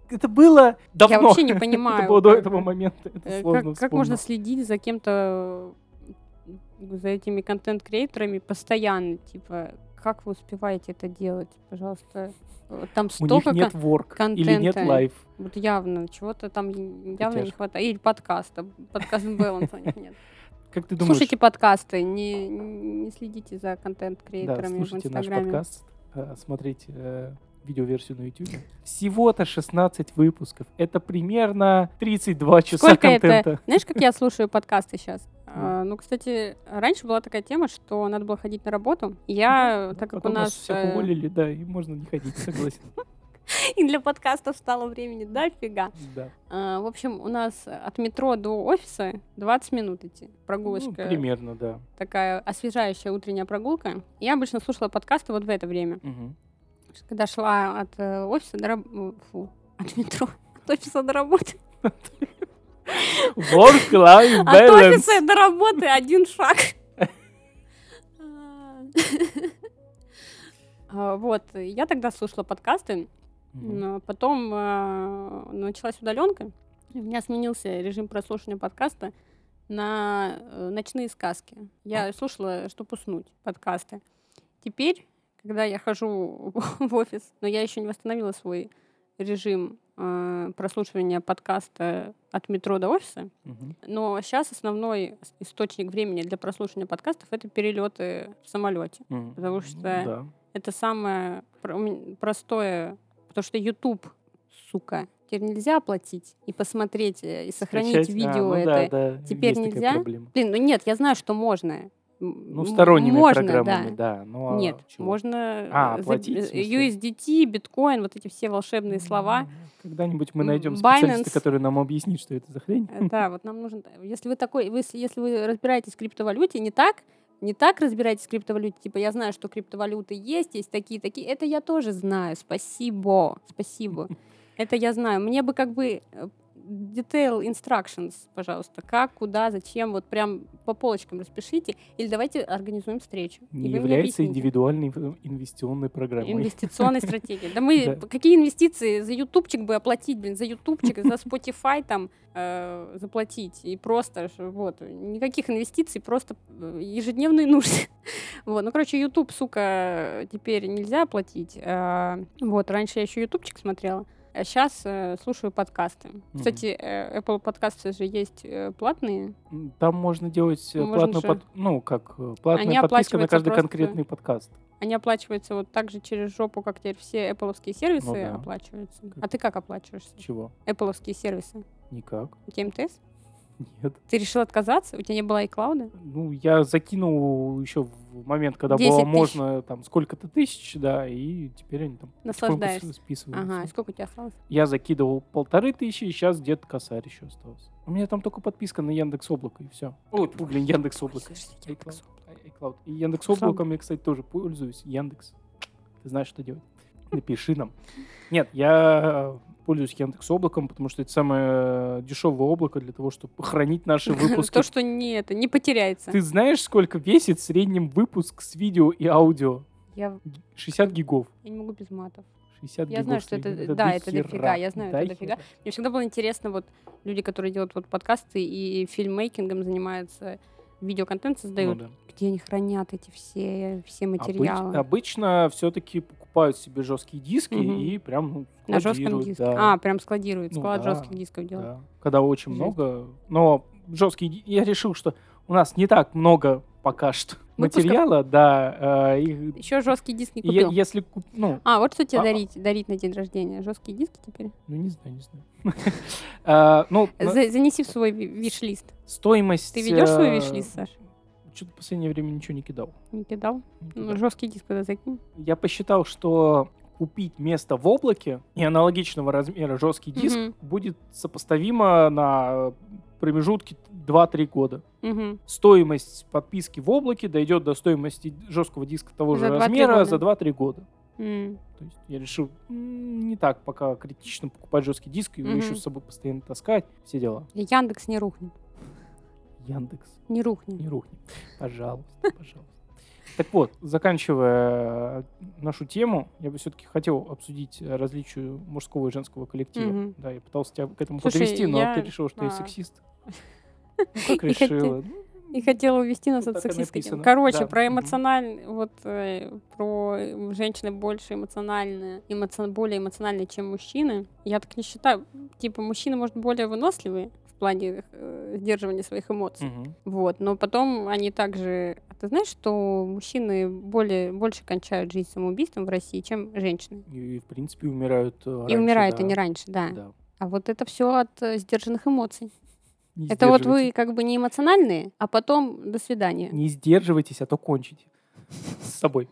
S3: это было давно.
S4: вообще не понимаю,
S3: это было до
S4: как-
S3: этого момента. Это
S4: Э,
S3: сложно
S4: Как, как можно
S3: вспомнить.
S4: следить за кем-то, э, за этими контент-креаторами постоянно? Типа, как вы успеваете это делать? Пожалуйста. Э, Там
S3: У них
S4: столько...
S3: нет
S4: кон-
S3: ворк или нет
S4: контента.
S3: лайф.
S4: Вот явно, чего-то там явно не
S3: Поддержка.
S4: хватает. Или подкаста. Подкаст баланса у них нет.
S3: Как ты думаешь?
S4: Слушайте подкасты, не, не следите за
S3: да,
S4: контент-креаторами в
S3: слушайте наш
S4: Инстаграме.
S3: подкаст, э, смотрите э, видеоверсию на YouTube. Всего-то 16 выпусков. Это примерно 32 часа
S4: Сколько
S3: контента.
S4: это? Знаешь, как я слушаю подкасты сейчас? ну, кстати, раньше была такая тема, что надо было ходить на работу. Я,
S3: Ну,
S4: так как у
S3: потом
S4: нас...
S3: всех
S4: э,
S3: уволили, да, и можно не ходить, согласен.
S4: и для подкастов стало времени дофига.
S3: Да.
S4: А, в общем, у нас от метро до офиса 20 минут идти.
S3: Ну,
S4: Прогулочка.
S3: примерно, да.
S4: такая освежающая утренняя прогулка. Я обычно слушала подкасты вот в это время.
S3: Мгм.
S4: Когда шла от э, офиса до раб- э, Фу, от метро. От офиса до работы.
S3: Work-life
S4: От
S3: balance.
S4: офиса А до работы один шаг. А, Вот, я тогда слушала подкасты,
S3: Мгм.
S4: но потом э, началась удаленка. У меня сменился режим прослушивания подкаста на э, ночные сказки. Я слушала, чтобы уснуть, подкасты. Теперь, когда я хожу в офис, но я еще не восстановила свой режим э, прослушивания подкаста от метро до офиса,
S3: Мгм.
S4: но сейчас основной с- источник времени для прослушивания подкастов это перелеты в самолете.
S3: Мгм.
S4: Потому что-
S3: Ну, да.
S4: Это самое про- м, простое, потому что YouTube, сука, теперь нельзя оплатить и посмотреть э, и сохранить
S3: Скачать- а,
S4: видео
S3: ну
S4: это.
S3: да, да,
S4: теперь
S3: есть такая
S4: нельзя?
S3: проблема.
S4: Блин, ну нет, я знаю, что можно. М,
S3: Ну,
S4: м,
S3: сторонними
S4: можно,
S3: программами,
S4: да.
S3: да. ну, а
S4: нет,
S3: чего?
S4: можно
S3: А,
S4: э, за-
S3: оплатить, в
S4: э,
S3: смысле?
S4: USDT, биткоин, вот эти все волшебные слова.
S3: Когда-нибудь мы найдем
S4: Binance.
S3: специалиста, который нам объяснит, что это за хрень.
S4: Э, Да, вот нам нужен... Если вы такой, вы с- если вы разбираетесь в криптовалюте, не так, не так разбираетесь в криптовалюте, типа я знаю, что криптовалюты есть, есть такие, такие, это я тоже знаю, спасибо, спасибо, это я знаю. Мне бы как бы э, detail instructions, пожалуйста, как, куда, зачем, вот прям по полочкам распишите, или давайте организуем встречу. и
S3: Не
S4: вы мне
S3: является
S4: объясните.
S3: индивидуальной в- э, инвестиционной программой.
S4: Инвестиционной стратегии. Да мы
S3: Да.
S4: какие инвестиции за ютубчик бы оплатить, блин, за ютубчик, за Spotify там э, заплатить и просто ж- вот никаких инвестиций, просто э, ежедневные нужды. Вот, ну короче, YouTube, сука, теперь нельзя оплатить. А, Вот раньше я еще ютубчик смотрела. А сейчас слушаю подкасты. Кстати, э, Apple подкасты же есть э, платные.
S3: М, Там можно делать э,
S4: Можно
S3: платную,
S4: же.
S3: под- ну как э, платная подписка
S4: Они
S3: на
S4: оплачиваются
S3: каждый
S4: просто-
S3: конкретный подкаст.
S4: Они оплачиваются вот так же через жопу, как теперь все Apple сервисы
S3: Ну да.
S4: оплачиваются.
S3: Как-
S4: А ты как оплачиваешься?
S3: Чего?
S4: Apple сервисы.
S3: Никак.
S4: У тебя МТС?
S3: Нет.
S4: Ты решил отказаться? У тебя не было iCloud?
S3: Ну, я закинул еще в момент, когда
S4: 10
S3: было
S4: тысяч.
S3: можно там сколько-то тысяч, да, и теперь они там потихоньку
S4: Наслаждаешься.
S3: с- списываются.
S4: Ага, и сколько у тебя осталось?
S3: Я закидывал полторы тысячи, сейчас где-то косарь еще остался. У меня там только подписка на Яндекс Облако и все. Ой, тьфу, блин, Яндекс Облако. iCloud. iCloud. И Яндекс
S4: а
S3: Облаком я, кстати, тоже пользуюсь. Яндекс. Ты знаешь, что делать. Напиши нам. Нет, я пользуюсь Яндекс Облаком, потому что это самое дешевое облако для того, чтобы хранить наши выпуски.
S4: То, что не это, не потеряется.
S3: Ты знаешь, сколько весит в среднем выпуск с видео и аудио?
S4: Я,
S3: Г- 60 гигов.
S4: я не могу без матов.
S3: 60
S4: Я
S3: гигов
S4: знаю,
S3: в
S4: что это-
S3: среднем.
S4: да, это
S3: дохера.
S4: дофига, я знаю, это
S3: Дохера.
S4: Мне всегда было интересно, вот люди, которые делают вот подкасты и фильммейкингом занимаются, видеоконтент
S3: Ну
S4: создают,
S3: да. А
S4: где они хранят эти все, все
S3: Обыч-
S4: материалы.
S3: обычно все-таки покупают себе жесткие диски
S4: Мгм.
S3: и прям ну,
S4: На жестком
S3: складируют,
S4: диске.
S3: да.
S4: А, прям складируют,
S3: Ну
S4: склад
S3: да,
S4: жестких дисков делают.
S3: Да. Когда очень
S4: Жесть.
S3: много. Но жесткие. ди- Я решил, что у нас не так много пока что
S4: Выпусков?
S3: материала, да. э, их-
S4: Еще жесткий диск не
S3: и е-
S4: купил.
S3: если куп- ну,
S4: А, вот что тебе
S3: А-
S4: дарить, дарить на день рождения. Жесткие диски теперь.
S3: ну не знаю, не знаю. А, Ну, на-
S4: За- занеси в свой ви- виш-лист.
S3: стоимость.
S4: Ты ведешь свой
S3: э,
S4: виш-лист, Саш?
S3: Что-то в последнее время ничего не кидал.
S4: Не кидал?
S3: Никуда.
S4: жесткий Ну, диск когда закинь.
S3: Я посчитал, что купить место в облаке и аналогичного размера жесткий диск
S4: Мгм.
S3: будет сопоставимо на промежутке 2-3 года.
S4: Мгм.
S3: Стоимость подписки в облаке дойдет до стоимости жесткого диска того
S4: За
S3: же
S4: 2-3
S3: размера
S4: года.
S3: за 2-3 года.
S4: М.
S3: То есть я решил, м, не так пока критично покупать жесткий диск, его
S4: Мгм.
S3: еще с собой постоянно таскать, все дела.
S4: Яндекс не рухнет.
S3: Яндекс,
S4: Не рухнет.
S3: не рухни. Пожалуйста, пожалуйста. Так вот, заканчивая э, нашу тему, я бы все-таки хотел обсудить э, различию мужского и женского коллектива.
S4: Мгм.
S3: Да, я пытался тебя к этому
S4: Слушай,
S3: подвести, но
S4: я-
S3: ты решила, что я
S4: а.
S3: сексист. Ну, как
S4: И хотя-
S3: решила?
S4: И хотела увести нас
S3: Ну,
S4: от
S3: так и
S4: сексистской темы.
S3: написано.
S4: Короче,
S3: Да,
S4: про
S3: мгм.
S4: эмоциональный, вот э, про э, женщины больше эмоциональные, эмоци- более эмоциональные, чем мужчины. Я так не считаю. Типа мужчины, может, более выносливые в плане э, сдерживания своих эмоций.
S3: Ну, Мгм.
S4: Вот, но потом они также... А ты знаешь, что мужчины более, больше кончают жизнь самоубийством в России, чем женщины?
S3: И, в принципе, умирают э,
S4: и
S3: раньше,
S4: умирают
S3: да.
S4: они раньше, да.
S3: Да.
S4: А вот это все от э, сдержанных эмоций.
S3: Не
S4: Это вот вы
S3: сдерживайтесь.
S4: как бы не эмоциональные, а потом до свидания.
S3: Не сдерживайтесь, а то кончите. С собой.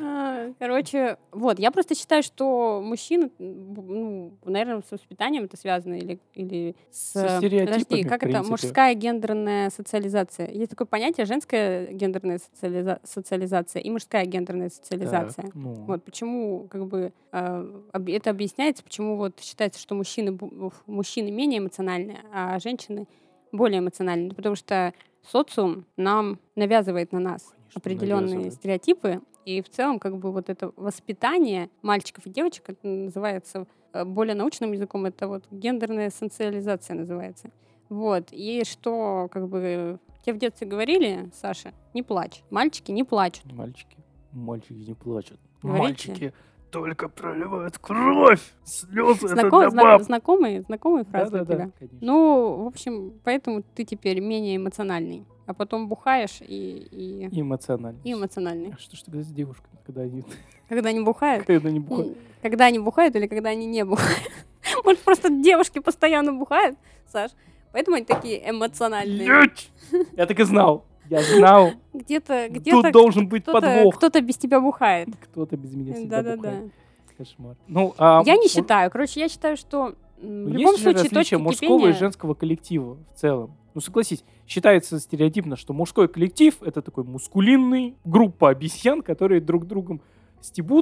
S4: А, Короче, вот, я просто считаю, что мужчины, м, б- ну, наверное, с воспитанием это связано, или, или с...
S3: Со стереотипами,
S4: Подожди,
S3: в
S4: как это?
S3: принципе.
S4: Мужская гендерная социализация. Есть такое понятие женская гендерная социализа- социализация и мужская гендерная социализация.
S3: Так, ну.
S4: Вот почему, как бы, а, об- это объясняется, почему вот считается, что мужчины, бу- уф, мужчины менее эмоциональны, а женщины более эмоциональны, потому что социум нам навязывает на нас определенные
S3: навязывает.
S4: стереотипы, и в целом, как бы, вот это воспитание мальчиков и девочек, это называется э, более научным языком, это вот гендерная социализация называется. Вот, и что, как бы, тебе в детстве говорили, Саша, не плачь, мальчики не плачут.
S3: Мальчики. Мальчики не плачут.
S4: Говорите.
S3: Мальчики только проливают кровь. Слезы это
S4: Знаком-
S3: для
S4: зна-
S3: баб.
S4: знакомые, знакомые фразы для тебя?
S3: конечно.
S4: Ну, в общем, поэтому ты теперь менее эмоциональный, а потом бухаешь и, и,
S3: И эмоционально.
S4: и эмоциональный.
S3: А что ж тогда с девушками, когда они,
S4: Когда они бухают,
S3: когда они бухают?
S4: м, когда они бухают или когда они не бухают. Может, просто девушки постоянно бухают, Саш, поэтому они такие эмоциональные.
S3: Блядь! Я так и знал. Я знал.
S4: Где-то,
S3: Тут
S4: где-то
S3: должен быть
S4: кто-то,
S3: подвох.
S4: кто-то без тебя бухает.
S3: Кто-то без меня всегда
S4: Да-да-да.
S3: бухает. Кошмар. Ну, а
S4: Я не
S3: у-
S4: считаю. Короче, я считаю, что м, в
S3: Есть
S4: любом
S3: же
S4: случае
S3: различие
S4: точка
S3: мужского
S4: кипения...
S3: и женского коллектива в целом. Ну, согласись, считается стереотипно, что мужской коллектив — это такой мускулинный группа обезьян, которые друг другом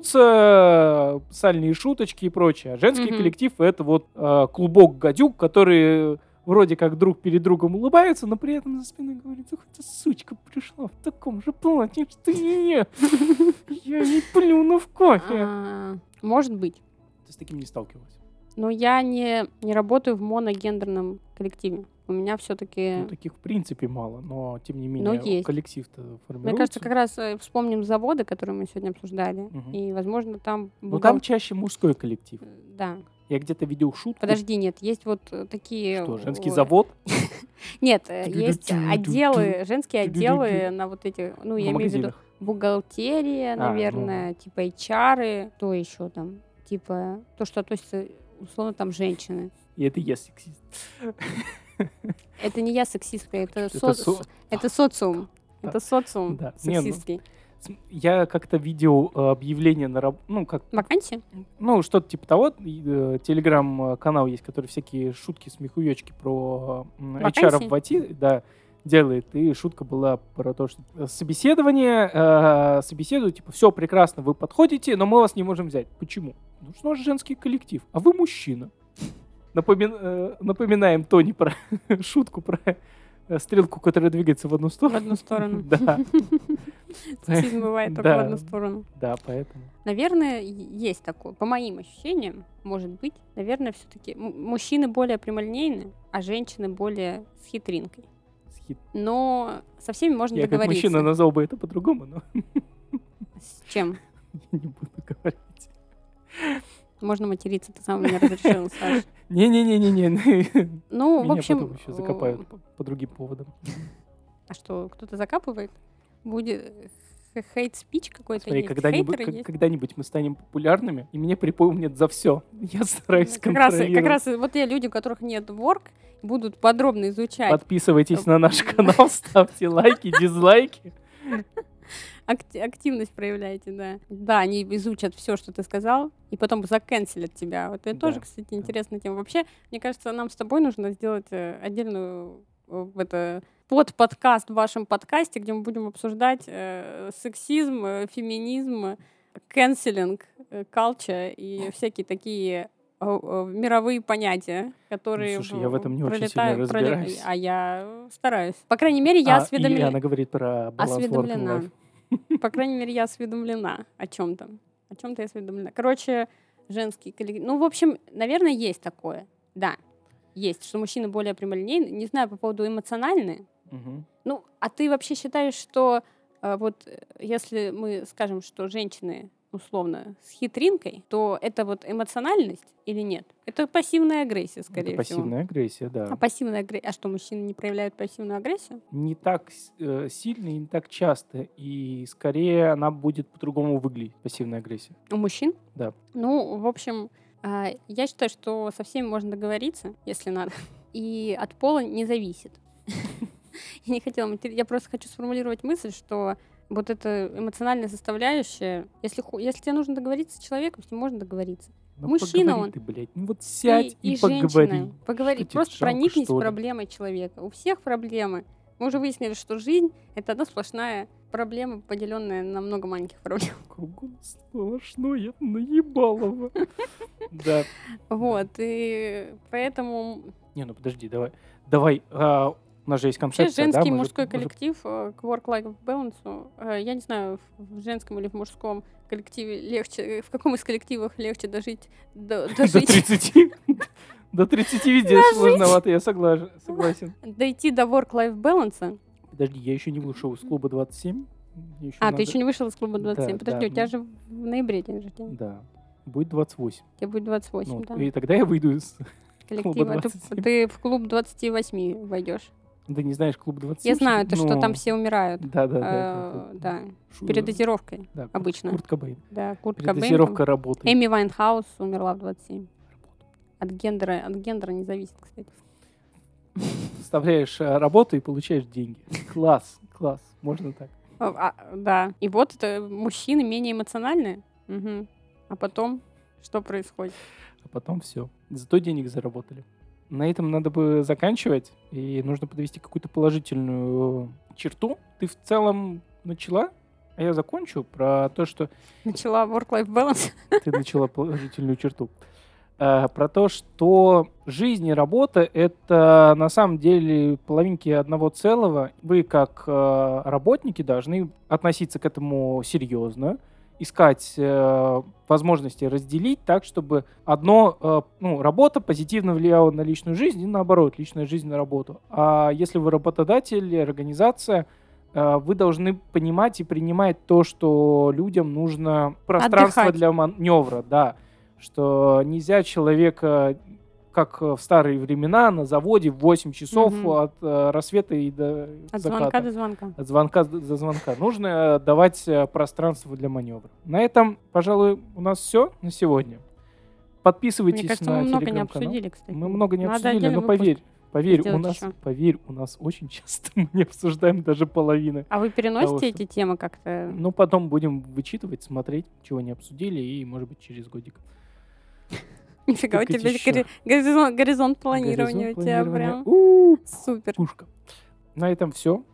S3: стебутся, э, сальные шуточки и прочее. А женский
S4: Мгм.
S3: коллектив — это вот э, клубок гадюк, которые вроде как друг перед другом улыбаются, но при этом за спиной говорят, ух ты, сучка, пришла в таком же платье, что и я. Я не плюну в кофе.
S4: А, Может быть.
S3: Ты с таким не сталкивалась?
S4: Но я не, не работаю в моногендерном коллективе. У меня все-таки...
S3: Ну, таких в принципе мало, но тем не
S4: Э, Но
S3: менее
S4: есть.
S3: коллектив-то формируется.
S4: Мне кажется, как раз э, вспомним заводы, которые мы сегодня обсуждали.
S3: Мгм.
S4: И, возможно, там...
S3: Ну
S4: бухгал-
S3: там чаще мужской коллектив.
S4: Э, Да.
S3: Я где-то видел шутку.
S4: Подожди, нет, есть вот э, такие...
S3: Что, женский
S4: э,
S3: завод?
S4: Нет, э, есть
S3: Тю-дю-дю-дю-дю.
S4: отделы, женские отделы
S3: Тю-дю-дю-дю.
S4: на вот эти... Ну,
S3: В
S4: я имею в виду
S3: магазинах.
S4: бухгалтерия,
S3: ну.
S4: наверное, типа HR, то еще там, типа, то, что относится, условно, там, женщины.
S3: И это я сексист.
S4: Это не я сексистка, это,
S3: Это
S4: со-
S3: со-
S4: это социум.
S3: Да.
S4: Это социум
S3: Да. Не, ну,
S4: сексистский.
S3: См- Я как-то видел э, объявление на раб- ну как
S4: Вакансии?
S3: ну что-то типа того. И, э, Телеграм-канал есть, который всякие шутки, смехуёчки про э, м, HR
S4: Вакансии?
S3: в IT, да, делает. И шутка была про то, что э, собеседование, э, собеседуют, типа, все прекрасно, вы подходите, но мы вас не можем взять. Почему? Ну что же женский коллектив, а вы мужчина. Напомин- э, напоминаем Тони про шутку про э, стрелку, которая двигается в одну сторону.
S4: В одну сторону.
S3: Да,
S4: Сексизм бывает только в
S3: Да.
S4: одну сторону.
S3: да, поэтому.
S4: Наверное, е- есть такое. По моим ощущениям, может быть, наверное, все-таки мужчины более прямолинейны, а женщины более с хитринкой.
S3: Схит-
S4: Но со всеми можно
S3: Я как
S4: договориться.
S3: мужчина назвал бы это по-другому, но
S4: С чем?
S3: не буду говорить.
S4: Можно материться, ты сам мне разрешил, Саш.
S3: Не-не-не-не-не.
S4: Ну,
S3: Меня
S4: в общем...
S3: потом еще
S4: э,
S3: закопают по- по другим поводам.
S4: А что, кто-то закапывает? Будет х- хейт-спич какой-то
S3: Смотри,
S4: есть?
S3: когда-нибудь,
S4: Хейтеры
S3: как-
S4: есть?
S3: когда-нибудь мы станем популярными, и меня припомнят за все. Я стараюсь
S4: Как раз, как
S3: контролировать.
S4: раз вот те люди, у которых нет ворк, будут подробно изучать
S3: Подписывайтесь на наш
S4: Да.
S3: канал, ставьте лайки, дизлайки.
S4: Акти- активность проявляете, да. Да, они изучат все, что ты сказал, и потом заканцелят тебя. Вот это
S3: Да,
S4: тоже, кстати, интересная тема. Вообще, мне кажется, нам с тобой нужно сделать э, отдельную э, в это под подкаст в вашем подкасте, где мы будем обсуждать э, сексизм, э, феминизм, канцелинг, калча и всякие такие э, э, мировые понятия, которые
S3: Ну, слушай, я в этом не очень сильно
S4: пролетают- проле-
S3: разбираюсь.
S4: А я стараюсь. По крайней мере, я
S3: А,
S4: осведомлена.
S3: И она говорит про баланс work and
S4: Осведомлена.
S3: life.
S4: По крайней мере, я осведомлена о чем-то. О чем-то я осведомлена. Короче, женский коллектив. Ну, в общем, наверное, есть такое. Да, есть, что мужчины более прямолинейны. Не знаю по поводу эмоциональные.
S3: Мгм.
S4: Ну, а ты вообще считаешь, что э, вот э, если мы скажем, что женщины условно с хитринкой, то это вот эмоциональность или нет? Это пассивная агрессия, скорее
S3: Это
S4: всего.
S3: пассивная агрессия, да.
S4: А пассивная агрессия. А что, мужчины не проявляют пассивную агрессию?
S3: не так с- э, сильно и не так часто. И скорее она будет по-другому выглядеть, пассивная агрессия.
S4: У мужчин?
S3: Да.
S4: Ну, в общем, а, я считаю, что со всеми можно договориться, если надо. И от пола не зависит. Я не хотела, матери- я просто хочу сформулировать мысль, что вот эта эмоциональная составляющая, если, ху- если тебе нужно договориться с человеком, с ним можно договориться.
S3: Ну,
S4: Мужчина
S3: поговори
S4: он.
S3: Ты, блядь, ну вот сядь и,
S4: женщина.
S3: поговори.
S4: Поговори,
S3: Что тебе,
S4: просто
S3: жалко,
S4: проникнись
S3: что ли?
S4: проблемой человека. У всех проблемы. Мы уже выяснили, что жизнь — это одна сплошная проблема, поделенная на много маленьких проблем.
S3: Кругом сплошное наебалово. Да.
S4: Вот, и поэтому
S3: Не, ну подожди, давай. Давай, а, у нас же есть
S4: Вообще
S3: концепция, да?
S4: женский и
S3: мы же-
S4: мужской
S3: мы же-
S4: коллектив э, к work-life balance, э, я не знаю, в в женском или в мужском коллективе легче, э, в каком из коллективов легче дожить, до-
S3: До
S4: дожить,
S3: 30. До 30 везде сложновато, я соглаж- согласен.
S4: дойти до work-life balance.
S3: Подожди, я еще не вышел из клуба 27. Мне
S4: А,
S3: надо-
S4: ты еще не вышел из клуба 27.
S3: Да,
S4: Подожди,
S3: да,
S4: у тебя
S3: ну.
S4: же в ноябре день рождения.
S3: Да. Будет 28.
S4: Тебе будет 28,
S3: Ну,
S4: да?
S3: И тогда я выйду из...
S4: Коллектив. А ты-
S3: 27.
S4: Ты в клуб 28 войдешь.
S3: Да не знаешь, клуб 27.
S4: Я знаю, ты что
S3: Ну,
S4: там все умирают.
S3: Да, да, да.
S4: Э, Да,
S3: Шу-
S4: передозировкой.
S3: да, Курт-
S4: обычно.
S3: Курт Кобейн.
S4: Да, Курт Кобейн там.
S3: Передозировка работает.
S4: Эми Вайнхаус умерла в 27. От гендера, от гендера не зависит, кстати.
S3: Вставляешь э, работу и получаешь деньги. Класс, класс. Можно так.
S4: А, а, да. И вот это мужчины менее эмоциональные. Мгм. А потом что происходит?
S3: А потом все. Зато денег заработали. На этом надо бы заканчивать. И нужно подвести какую-то положительную э, черту. Ты в целом начала, а я закончу про то, что
S4: Начала work-life balance.
S3: ты начала положительную черту. Э, Про то, что жизнь и работа — это на самом деле половинки одного целого. Вы, как э, работники, должны относиться к этому серьезно, искать э, возможности разделить так, чтобы одно, э, ну, работа позитивно влияла на личную жизнь и наоборот, личная жизнь на работу. А если вы работодатель, или организация, э, вы должны понимать и принимать то, что людям нужно пространство
S4: Отдыхать.
S3: для маневра, да, что нельзя человека как э, в старые времена на заводе в 8 часов
S4: Мгм.
S3: от э, рассвета и до
S4: От
S3: заката.
S4: звонка до звонка.
S3: От звонка з- до звонка. Нужно э, давать э, пространство для маневра. На этом, пожалуй, у нас все на сегодня. Подписывайтесь
S4: Мне кажется,
S3: на
S4: мы много не
S3: телеграм-канал.
S4: обсудили, кстати.
S3: Мы много не
S4: Надо
S3: обсудили,
S4: отдельный
S3: но
S4: выпуск.
S3: поверь, поверь, у
S4: сделать
S3: нас,
S4: ещё.
S3: поверь, у нас очень часто мы не обсуждаем даже половины.
S4: А вы переносите
S3: Того, что-
S4: эти темы как-то?
S3: Ну, потом будем вычитывать, смотреть, чего не обсудили, и, может быть, через годик.
S4: Нифига, у
S3: тыкать
S4: тебя
S3: ещё.
S4: гори- горизон- горизонт планирования у
S3: Горизонт
S4: тебя
S3: планирования.
S4: прям
S3: У,
S4: супер.
S3: Пушка. На этом все.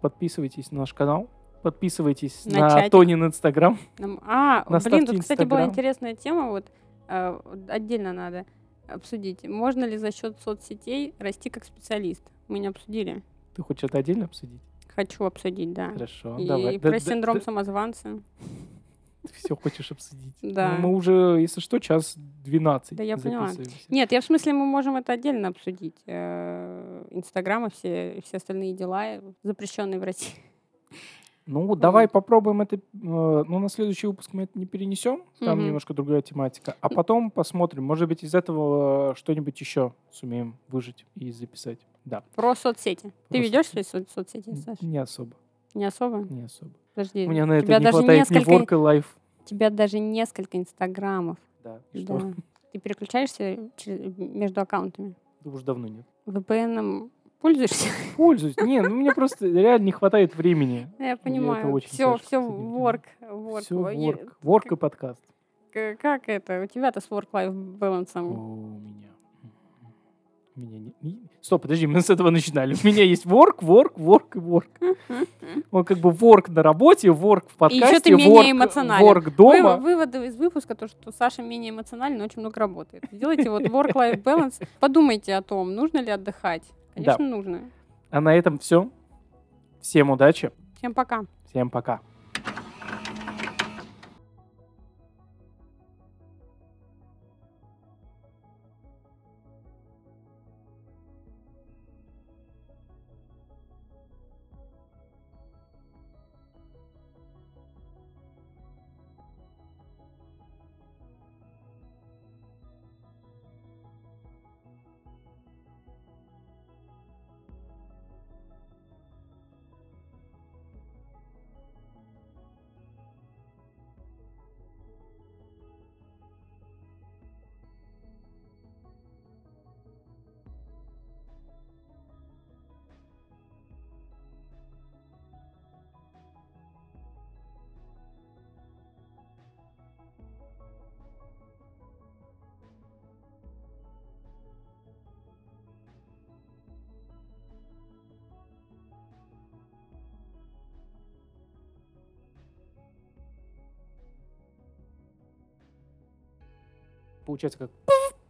S3: Подписывайтесь на наш канал. Подписывайтесь
S4: На
S3: на,
S4: чатик.
S3: Тонин Инстаграм.
S4: Нам- А, блин,
S3: Наставьте
S4: тут, кстати, была
S3: Инстаграм.
S4: интересная тема, вот э, отдельно надо обсудить. Можно ли за счет соцсетей расти как специалист? Мы не обсудили.
S3: Ты хочешь это отдельно обсудить?
S4: Хочу обсудить, да.
S3: Хорошо,
S4: И
S3: давай.
S4: про синдром самозванца.
S3: все хочешь обсудить.
S4: Да.
S3: Ну, Мы уже, если что, час 12
S4: Да, я поняла.
S3: записываемся.
S4: Нет, я в смысле, мы можем это отдельно обсудить. Э, Инстаграм и все, все остальные дела, э, запрещенные в России.
S3: Ну, давай
S4: Вот.
S3: попробуем это. э, Ну, на следующий выпуск мы это не перенесем. Там
S4: Мгм.
S3: немножко другая тематика. А потом посмотрим. Может быть, из этого э, что-нибудь еще сумеем выжить и записать. Да.
S4: Про соцсети.
S3: Про
S4: Ты ведешь свои со- соцсети,
S3: Н-
S4: Саша?
S3: Не особо.
S4: Не особо?
S3: Не особо.
S4: Подожди.
S3: У меня на
S4: у
S3: это
S4: тебя
S3: не
S4: даже
S3: хватает
S4: несколько-
S3: ни ворка лайф.
S4: тебя даже несколько инстаграмов.
S3: Да. И что?
S4: Да. Ты переключаешься через- между аккаунтами.
S3: Да уж давно нет.
S4: VPN пользуешься?
S3: Пользуюсь. Не, ну мне просто реально не хватает времени.
S4: Я
S3: Ну, это
S4: понимаю.
S3: очень
S4: Все,
S3: тяжко
S4: все
S3: с этим
S4: work, work. э,
S3: Все,
S4: Во- е-
S3: ворк. Ворк и подкаст.
S4: к- Как это? У тебя-то с work-life
S3: О,
S4: balance.
S3: у меня. У меня не... не- Стоп, подожди, мы с этого начинали. У меня есть work, work, work и work. Он как бы work на работе, work в
S4: И
S3: подкасте,
S4: еще ты менее
S3: work,
S4: эмоционален.
S3: work дома.
S4: Вы- выводы из выпуска, то, что Саша менее эмоционален, но очень много работает. Сделайте вот work-life balance. Подумайте о том, нужно ли отдыхать. Конечно,
S3: Да.
S4: нужно.
S3: А на этом все. Всем удачи,
S4: Всем пока.
S3: всем пока. Получается как... «пф».